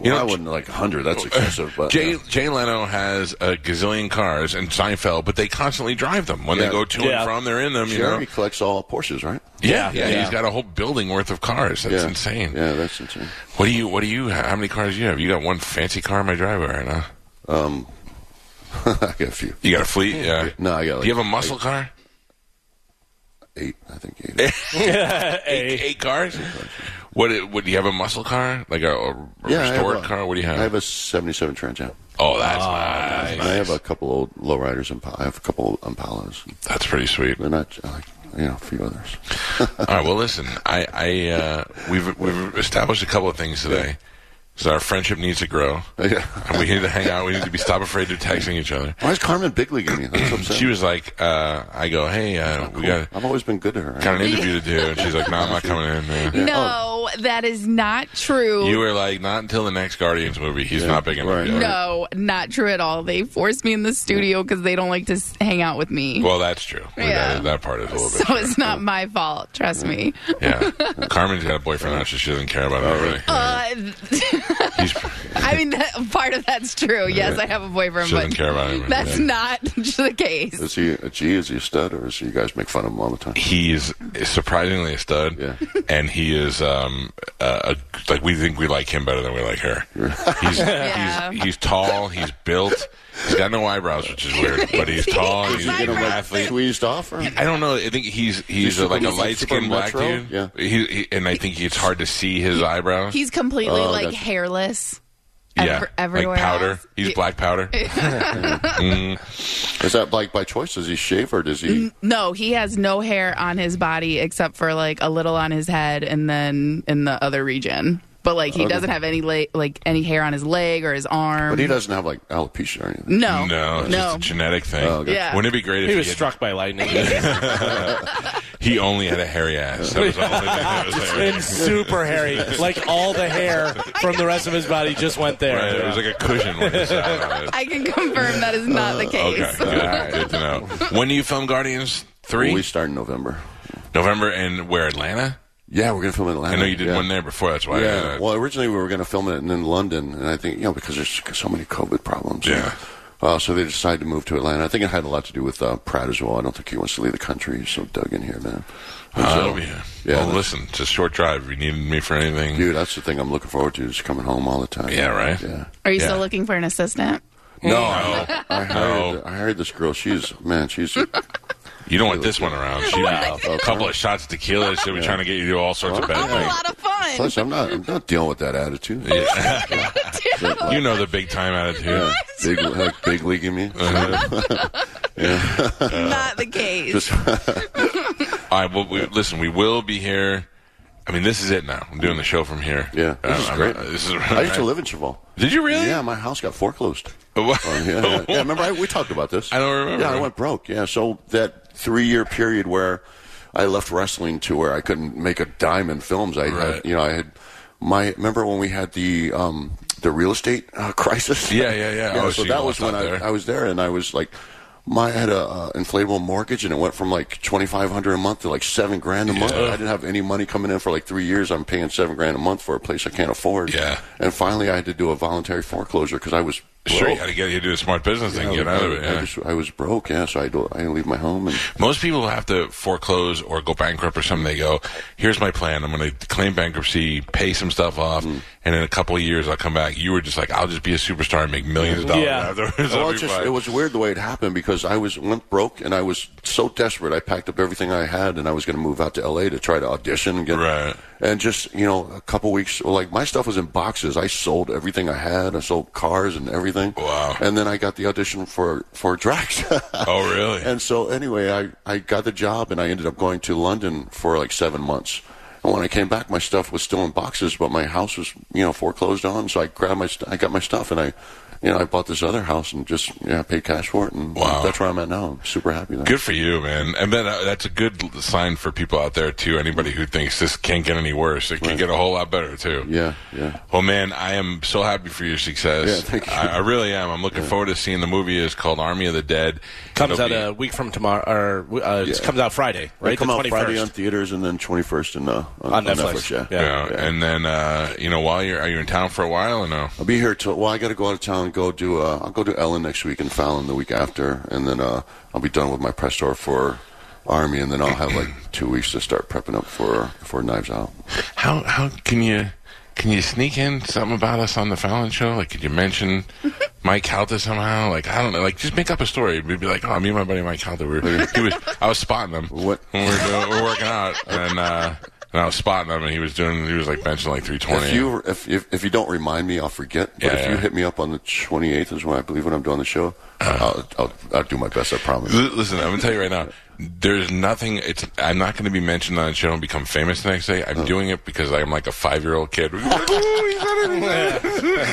Speaker 4: You know, I wouldn't like hundred. That's excessive, but
Speaker 3: Jay
Speaker 4: yeah.
Speaker 3: Jay Leno has a gazillion cars and Seinfeld, but they constantly drive them when they
Speaker 4: Yeah.
Speaker 3: go to
Speaker 5: Yeah.
Speaker 3: and from. They're in them, you
Speaker 4: Jeremy
Speaker 3: know.
Speaker 4: collects all Porsches, right?
Speaker 3: Yeah, yeah,
Speaker 5: Yeah.
Speaker 3: He's got a whole building worth of cars. That's
Speaker 4: yeah.
Speaker 3: insane.
Speaker 4: Yeah, that's insane.
Speaker 3: What do you? What do you? How many cars do you have? You got one fancy car in my driveway right now.
Speaker 4: Um, I got a few.
Speaker 3: You got a fleet? Yeah.
Speaker 4: No, I got like
Speaker 3: do you have a muscle car?
Speaker 4: eight, I think eight.
Speaker 3: Eight, eight cars. What? it- What do you have? A muscle car? Like a, a
Speaker 4: yeah, I have
Speaker 3: restored
Speaker 4: a-
Speaker 3: car? What do you have?
Speaker 4: I have a '77 Transat.
Speaker 3: oh, that's nice.
Speaker 4: And I have a couple old lowriders. Impa- I have a couple old Impalas.
Speaker 3: That's pretty sweet.
Speaker 4: They're not uh, like you know a few others.
Speaker 3: All right. Well, listen. I, I uh, we've we've established a couple of things today. So our friendship needs to grow.
Speaker 4: Yeah.
Speaker 3: And we need to hang out. We need to be stop afraid of texting each other.
Speaker 4: Why is Carmen Big leaguing me? That's upset.
Speaker 3: She was like, uh, I go, hey, uh, we got
Speaker 4: I've always been good to her.
Speaker 3: got an interview to do, and she's like, no, I'm not coming in. man."
Speaker 6: No, that is not true.
Speaker 3: Oh. You were like, not until the next Guardians movie. He's not big enough.
Speaker 4: right.
Speaker 3: yet.
Speaker 6: no, not true at all. They forced me in the studio because they don't like to s- hang out with me.
Speaker 3: Well, that's true.
Speaker 6: Yeah.
Speaker 3: That, that part is a little bit.
Speaker 6: so it's not my fault. Trust me.
Speaker 3: Yeah, Carmen's got a boyfriend now, so she doesn't care about him really.
Speaker 6: Uh,
Speaker 3: He's,
Speaker 6: I mean, that, part of that's true. Yes, I have a boyfriend,
Speaker 3: she doesn't
Speaker 6: but
Speaker 3: care about him.
Speaker 6: that's
Speaker 3: Yeah.
Speaker 6: not the case.
Speaker 4: Is he a G? Is he a stud? Or is he, you guys make fun of him all the time?
Speaker 3: He is surprisingly a stud,
Speaker 4: Yeah.
Speaker 3: and he is um, uh, a, like we think we like him better than we like her. He's
Speaker 6: Yeah.
Speaker 3: he's, he's tall, he's built, he's got no eyebrows, which is weird, but he's tall. and He's
Speaker 6: Did you
Speaker 3: an
Speaker 6: get him, like,
Speaker 3: athlete.
Speaker 4: Tweezed off? Or?
Speaker 3: I don't know. I think he's he's
Speaker 4: He's
Speaker 3: uh, like a
Speaker 4: super-
Speaker 3: light skinned
Speaker 4: super
Speaker 3: black
Speaker 4: metro?
Speaker 3: dude.
Speaker 4: Yeah.
Speaker 3: He, he- and I think it's hard to see his eyebrows.
Speaker 6: He's completely
Speaker 4: Oh,
Speaker 6: like
Speaker 4: gotcha.
Speaker 6: hairless.
Speaker 3: yeah,
Speaker 6: ever- everywhere
Speaker 3: like powder.
Speaker 6: else.
Speaker 3: He's
Speaker 6: Yeah.
Speaker 3: black powder.
Speaker 4: Is that like by choice? Is he shave or does he?
Speaker 6: No, he has no hair on his body except for like a little on his head and then in the other region. But like he doesn't have any le- like any hair on his leg or his arm.
Speaker 4: But he doesn't have like alopecia or anything.
Speaker 6: no,
Speaker 3: No, it's just a genetic thing.
Speaker 4: Oh, okay.
Speaker 6: Yeah.
Speaker 3: Wouldn't it be great if
Speaker 5: he was
Speaker 3: had-
Speaker 5: struck by lightning.
Speaker 3: He only had a hairy ass. That was the only thing that was hairy.
Speaker 5: and super hairy. Like all the hair from the rest of his body just went there.
Speaker 3: Right, It was like a cushion when he sat on it.
Speaker 6: I can confirm that is not the
Speaker 3: Okay,
Speaker 6: case.
Speaker 3: good, good to know. When do you film Guardians Three?
Speaker 4: We start in November.
Speaker 3: November and where Atlanta?
Speaker 4: Yeah, we're gonna film in Atlanta.
Speaker 3: I know you did
Speaker 4: yeah.
Speaker 3: one there before. That's why.
Speaker 4: Yeah.
Speaker 3: I,
Speaker 4: Well, originally we were going to film it in London, and I think you know because there's so many COVID problems.
Speaker 3: Yeah.
Speaker 4: Uh, so they decided to move to Atlanta. I think it had a lot to do with uh, Pratt as well. I don't think he wants to leave the country, so Doug in here, man. And so-
Speaker 3: I'll be Uh, here.
Speaker 4: Yeah,
Speaker 3: well,
Speaker 4: that's-
Speaker 3: listen, it's a short drive. If you needed me for anything,
Speaker 4: Dude, that's the thing I'm looking forward to is coming home all the time.
Speaker 3: Yeah, right?
Speaker 4: Yeah.
Speaker 6: Are you
Speaker 3: Yeah.
Speaker 6: still looking for an assistant?
Speaker 4: No, I, I hired,
Speaker 3: No.
Speaker 4: I hired this girl. She's man, she's
Speaker 3: you don't want this one around. She a couple of shots of tequila. She'll be trying to get you to do all sorts of bad
Speaker 6: I'm a
Speaker 3: things.
Speaker 6: lot of fun.
Speaker 4: plus I'm not I'm not dealing with that attitude.
Speaker 3: You know the big time attitude.
Speaker 4: Yeah. Big uh, big league in me.
Speaker 6: not the case.
Speaker 4: Just
Speaker 3: All right. Well, we, listen, we will be here. I mean, this is it now. I'm doing the show from here.
Speaker 4: Yeah, this
Speaker 3: Uh,
Speaker 4: is
Speaker 3: I'm-
Speaker 4: great.
Speaker 3: uh, this is.
Speaker 4: I used to live in Cheval.
Speaker 3: Did you really?
Speaker 4: Yeah, my house got foreclosed.
Speaker 3: Well,
Speaker 4: Yeah, yeah, yeah. Remember, I, we talked about this.
Speaker 3: I don't remember.
Speaker 4: Yeah, I went broke. Yeah, so that three-year period where I left wrestling to where I couldn't make a dime in films. I,
Speaker 3: Right.
Speaker 4: had, you know, I had my. Remember when we had the um, the real estate uh, crisis?
Speaker 3: Yeah, yeah, yeah. Oh, so
Speaker 4: so
Speaker 3: you
Speaker 4: that
Speaker 3: lost
Speaker 4: was when
Speaker 3: out
Speaker 4: I,
Speaker 3: there.
Speaker 4: I was there, and I was like. My, I had a uh, inflatable mortgage, and it went from like twenty five hundred a month to like seven grand a month. I didn't have any money coming in for like three years. I'm paying seven grand a month for a place I can't afford.
Speaker 3: Yeah.
Speaker 4: And finally, I had to do a voluntary foreclosure because I was
Speaker 3: Sure, you
Speaker 4: broke.
Speaker 3: got to get you to do a smart business thing,
Speaker 4: I,
Speaker 3: get out of it.
Speaker 4: I
Speaker 3: Yeah.
Speaker 4: just- I was broke, yeah, so I do, I leave my home and
Speaker 3: Most people have to foreclose or go bankrupt or something. They go, "Here's my plan. I'm going to claim bankruptcy, pay some stuff off,
Speaker 4: Mm.
Speaker 3: and in a couple of years I'll come back." You were just like, "I'll just be a superstar and make millions of dollars
Speaker 5: Yeah.
Speaker 3: afterwards."
Speaker 4: well,
Speaker 3: I'll
Speaker 4: it,
Speaker 3: be
Speaker 4: just,
Speaker 3: fine."
Speaker 4: it was weird the way it happened because I was went broke and I was so desperate. I packed up everything I had and I was going to move out to L.A. to try to audition and get
Speaker 3: Right.
Speaker 4: And just you know, a couple weeks like my stuff was in boxes. I sold everything I had. I sold cars and everything.
Speaker 3: Wow.
Speaker 4: And then I got the audition for for Drax.
Speaker 3: oh, really?
Speaker 4: And so anyway, I, I got the job and I ended up going to London for like seven months. And when I came back, my stuff was still in boxes, but my house was you know foreclosed on. So I grabbed my st- I got my stuff and I. You know, I bought this other house and just yeah, paid cash for it, and
Speaker 3: Wow.
Speaker 4: that's where I'm at now. I'm super happy. There.
Speaker 3: Good for you, man. And then uh, that's a good l- sign for people out there too. Anybody who thinks this can't get any worse, it can get a whole lot better too.
Speaker 4: Yeah, yeah.
Speaker 3: Well, man, I am so happy for your success.
Speaker 4: Yeah, thank you.
Speaker 3: I, I really am. I'm looking forward to seeing the movie. It's called Army of the Dead.
Speaker 5: Comes
Speaker 3: It'll
Speaker 5: out uh,
Speaker 3: be-
Speaker 5: a week from tomorrow, or uh, it
Speaker 4: Yeah.
Speaker 5: comes out Friday, right?
Speaker 4: They come
Speaker 5: the
Speaker 4: out
Speaker 5: 21st.
Speaker 4: Friday on theaters, and then 21st and uh, on,
Speaker 5: On
Speaker 4: on
Speaker 5: Netflix.
Speaker 4: yeah.
Speaker 5: Yeah.
Speaker 3: you know, and then uh, you know, while you're are you in town for a while or no?
Speaker 4: I'll be here till. Well, I got to go out of town. and Go do. Uh, I'll go do Ellen next week and Fallon the week after, and then uh, I'll be done with my press tour for Army, and then I'll have like two weeks to start prepping up for for Knives Out.
Speaker 3: How how can you can you sneak in something about us on the Fallon show? Like, could you mention Mike Calta somehow? Like, I don't know. Like, just make up a story. We'd be like, oh, me and my buddy Mike Calta. We were, he was I was spotting him
Speaker 4: What?
Speaker 3: when we were, doing, we were working out, and uh, and I was spotting him, and he was doing he was like benching like three
Speaker 4: If
Speaker 3: twenty.
Speaker 4: you if, if if you don't remind me, I'll forget. But
Speaker 3: Yeah,
Speaker 4: if you
Speaker 3: yeah.
Speaker 4: hit me up on the 28th, is when I believe when I'm doing the show,
Speaker 3: Uh-huh.
Speaker 4: I'll, I'll I'll do my best. I promise.
Speaker 3: L- Listen, I'm gonna tell you right now. There's nothing. It's. I'm not gonna be mentioned on the show and become famous the next day.
Speaker 4: Oh.
Speaker 3: I'm doing it because I'm like a five year old kid.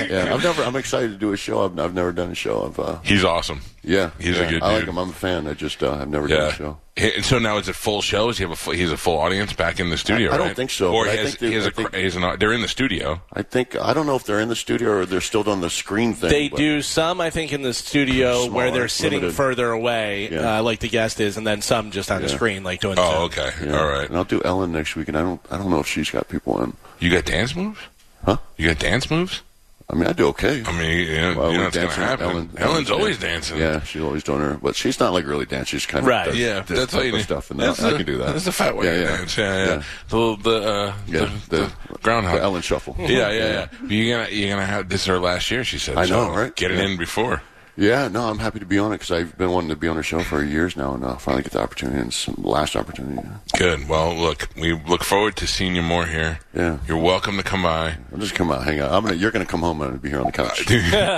Speaker 4: Yeah, I've never. I'm excited to do a show. I've, I've never done a show. I've uh,
Speaker 3: He's awesome.
Speaker 4: yeah,
Speaker 3: He's a
Speaker 4: yeah.
Speaker 3: good
Speaker 4: I like
Speaker 3: dude.
Speaker 4: him. I'm a fan. I just uh, I've never done a show.
Speaker 3: He- And so now is it full shows? You have a full, he's a full audience back in the studio.
Speaker 4: I- I don't
Speaker 3: right?
Speaker 4: think so,
Speaker 3: Or
Speaker 4: but
Speaker 3: he
Speaker 4: I
Speaker 3: has,
Speaker 4: think they-
Speaker 3: he has
Speaker 4: I
Speaker 3: a cr-
Speaker 4: think-
Speaker 3: he has an au- they're in the studio.
Speaker 4: I think I don't know if they're in the studio or they're still doing the screen thing.
Speaker 5: They
Speaker 4: but-
Speaker 5: do some, I think, in the studio
Speaker 4: Smaller,
Speaker 5: where they're sitting
Speaker 4: limited.
Speaker 5: further away,
Speaker 4: Yeah.
Speaker 5: uh, like the guest is, and then some just on the screen, like doing.
Speaker 3: Oh,
Speaker 5: Zoom.
Speaker 3: okay,
Speaker 4: Yeah.
Speaker 3: all right.
Speaker 4: And I'll do Ellen next week, and I don't I don't know if she's got people in.
Speaker 3: You got dance moves?
Speaker 4: Huh?
Speaker 3: You got dance moves?
Speaker 4: I mean, I do okay.
Speaker 3: I mean, you know,
Speaker 4: Well,
Speaker 3: you know
Speaker 4: we're
Speaker 3: what's gonna
Speaker 4: dancing with
Speaker 3: happen.
Speaker 4: Ellen.
Speaker 3: Ellen's
Speaker 4: yeah.
Speaker 3: always dancing.
Speaker 4: Yeah, she's always doing her, but she's not like really dancing. She's kind of
Speaker 5: Right.
Speaker 4: Does,
Speaker 3: Yeah,
Speaker 4: this
Speaker 3: that's all you
Speaker 4: type of
Speaker 3: need.
Speaker 4: stuff, and that,
Speaker 3: That's
Speaker 4: I
Speaker 3: the-
Speaker 4: can do that.
Speaker 3: That's the fat way
Speaker 4: yeah,
Speaker 3: to
Speaker 4: yeah.
Speaker 3: dance. Yeah, yeah.
Speaker 4: Yeah.
Speaker 3: The little- the uh,
Speaker 4: Yeah,
Speaker 3: the, the, groundhog.
Speaker 4: the Ellen shuffle.
Speaker 3: Yeah, yeah, yeah. But You're gonna you're gonna have this is her last year. She said.
Speaker 4: I
Speaker 3: so
Speaker 4: know, right?
Speaker 3: Get it
Speaker 4: Yeah.
Speaker 3: in before.
Speaker 4: Yeah, no, I'm happy to be on it because I've been wanting to be on her show for years now, and I finally get the opportunity. And it's the last opportunity.
Speaker 3: Good. Well, look, we look forward to seeing you more here.
Speaker 4: Yeah.
Speaker 3: You're welcome to come by.
Speaker 4: I'm just come out, hang out. I'm gonna, you're gonna come home, and I'm gonna be here on the couch.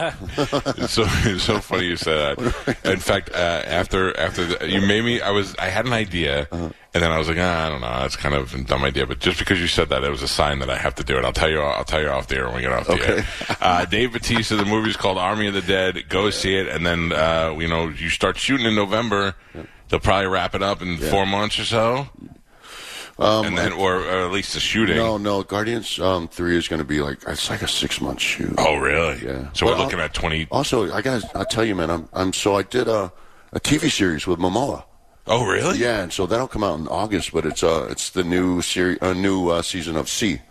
Speaker 3: It's so it's so funny you said that. In fact, uh, after after the, you made me, I was I had an idea,
Speaker 4: Uh-huh.
Speaker 3: and then I was like, ah, I don't know, that's kind of a dumb idea. But just because you said that, it was a sign that I have to do it. I'll tell you, I'll tell you off the air when we get off the
Speaker 4: Okay.
Speaker 3: air. Uh, Dave Batista, the movie's called Army of the Dead. Go see it, and then uh, you know you start shooting in November. They'll probably wrap it up in four months or so.
Speaker 4: Um,
Speaker 3: and then, or, or at least the shooting.
Speaker 4: no, no, Guardians um, Three is going to be like it's like a six month shoot.
Speaker 3: Oh, really?
Speaker 4: Yeah.
Speaker 3: So
Speaker 4: Well,
Speaker 3: we're looking at twenty.
Speaker 4: Also, I got I tell you, man, I'm I'm so I did a a TV series with Momoa.
Speaker 3: Oh, really?
Speaker 4: Yeah, and so that'll come out in August, but it's uh it's the new series, a new uh, season of C,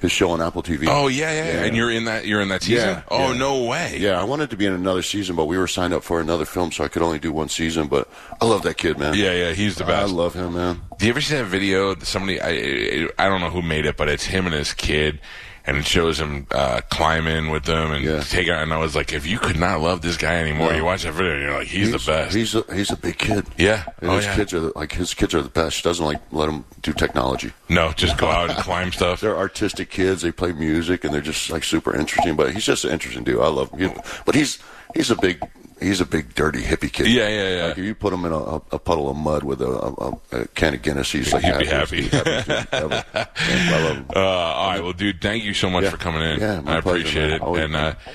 Speaker 4: his show on Apple TV.
Speaker 3: Oh, yeah, yeah, yeah. And you're in that. You're in that season.
Speaker 4: Yeah,
Speaker 3: oh,
Speaker 4: yeah.
Speaker 3: no way.
Speaker 4: Yeah, I wanted to be in another season, but we were signed up for another film, so I could only do one season. But I love that kid, man.
Speaker 3: Yeah, yeah, he's the best.
Speaker 4: I love him, man.
Speaker 3: Do you ever see that video? that Somebody, I, I don't know who made it, but it's him and his kid, and it shows him uh, climbing with them and
Speaker 4: Yeah.
Speaker 3: take out. And I was like, if you could not love this guy anymore, you watch that video, and you're like, he's, the best.
Speaker 4: He's a, he's a big kid.
Speaker 3: Yeah.
Speaker 4: And
Speaker 3: Oh,
Speaker 4: his
Speaker 3: yeah.
Speaker 4: kids are the, like his kids are the best. She doesn't like let him do technology.
Speaker 3: no, just go out and climb stuff.
Speaker 4: They're artistic kids. They play music and they're just like super interesting. But he's just an interesting dude. I love him. He- But he's he's a big he's a big dirty hippie kid.
Speaker 3: Yeah, yeah, yeah.
Speaker 4: Like if you put him in a, a puddle of mud with a, a, a can of Guinness, he's like
Speaker 3: He'd be
Speaker 4: He's
Speaker 3: happy.
Speaker 4: as he'd ever. I love him.
Speaker 3: Uh, all right, well, dude, thank you so much
Speaker 4: Yeah.
Speaker 3: for coming in.
Speaker 4: Yeah, my
Speaker 3: I
Speaker 4: pleasure,
Speaker 3: appreciate
Speaker 4: man.
Speaker 3: it.
Speaker 4: Always.
Speaker 3: And uh,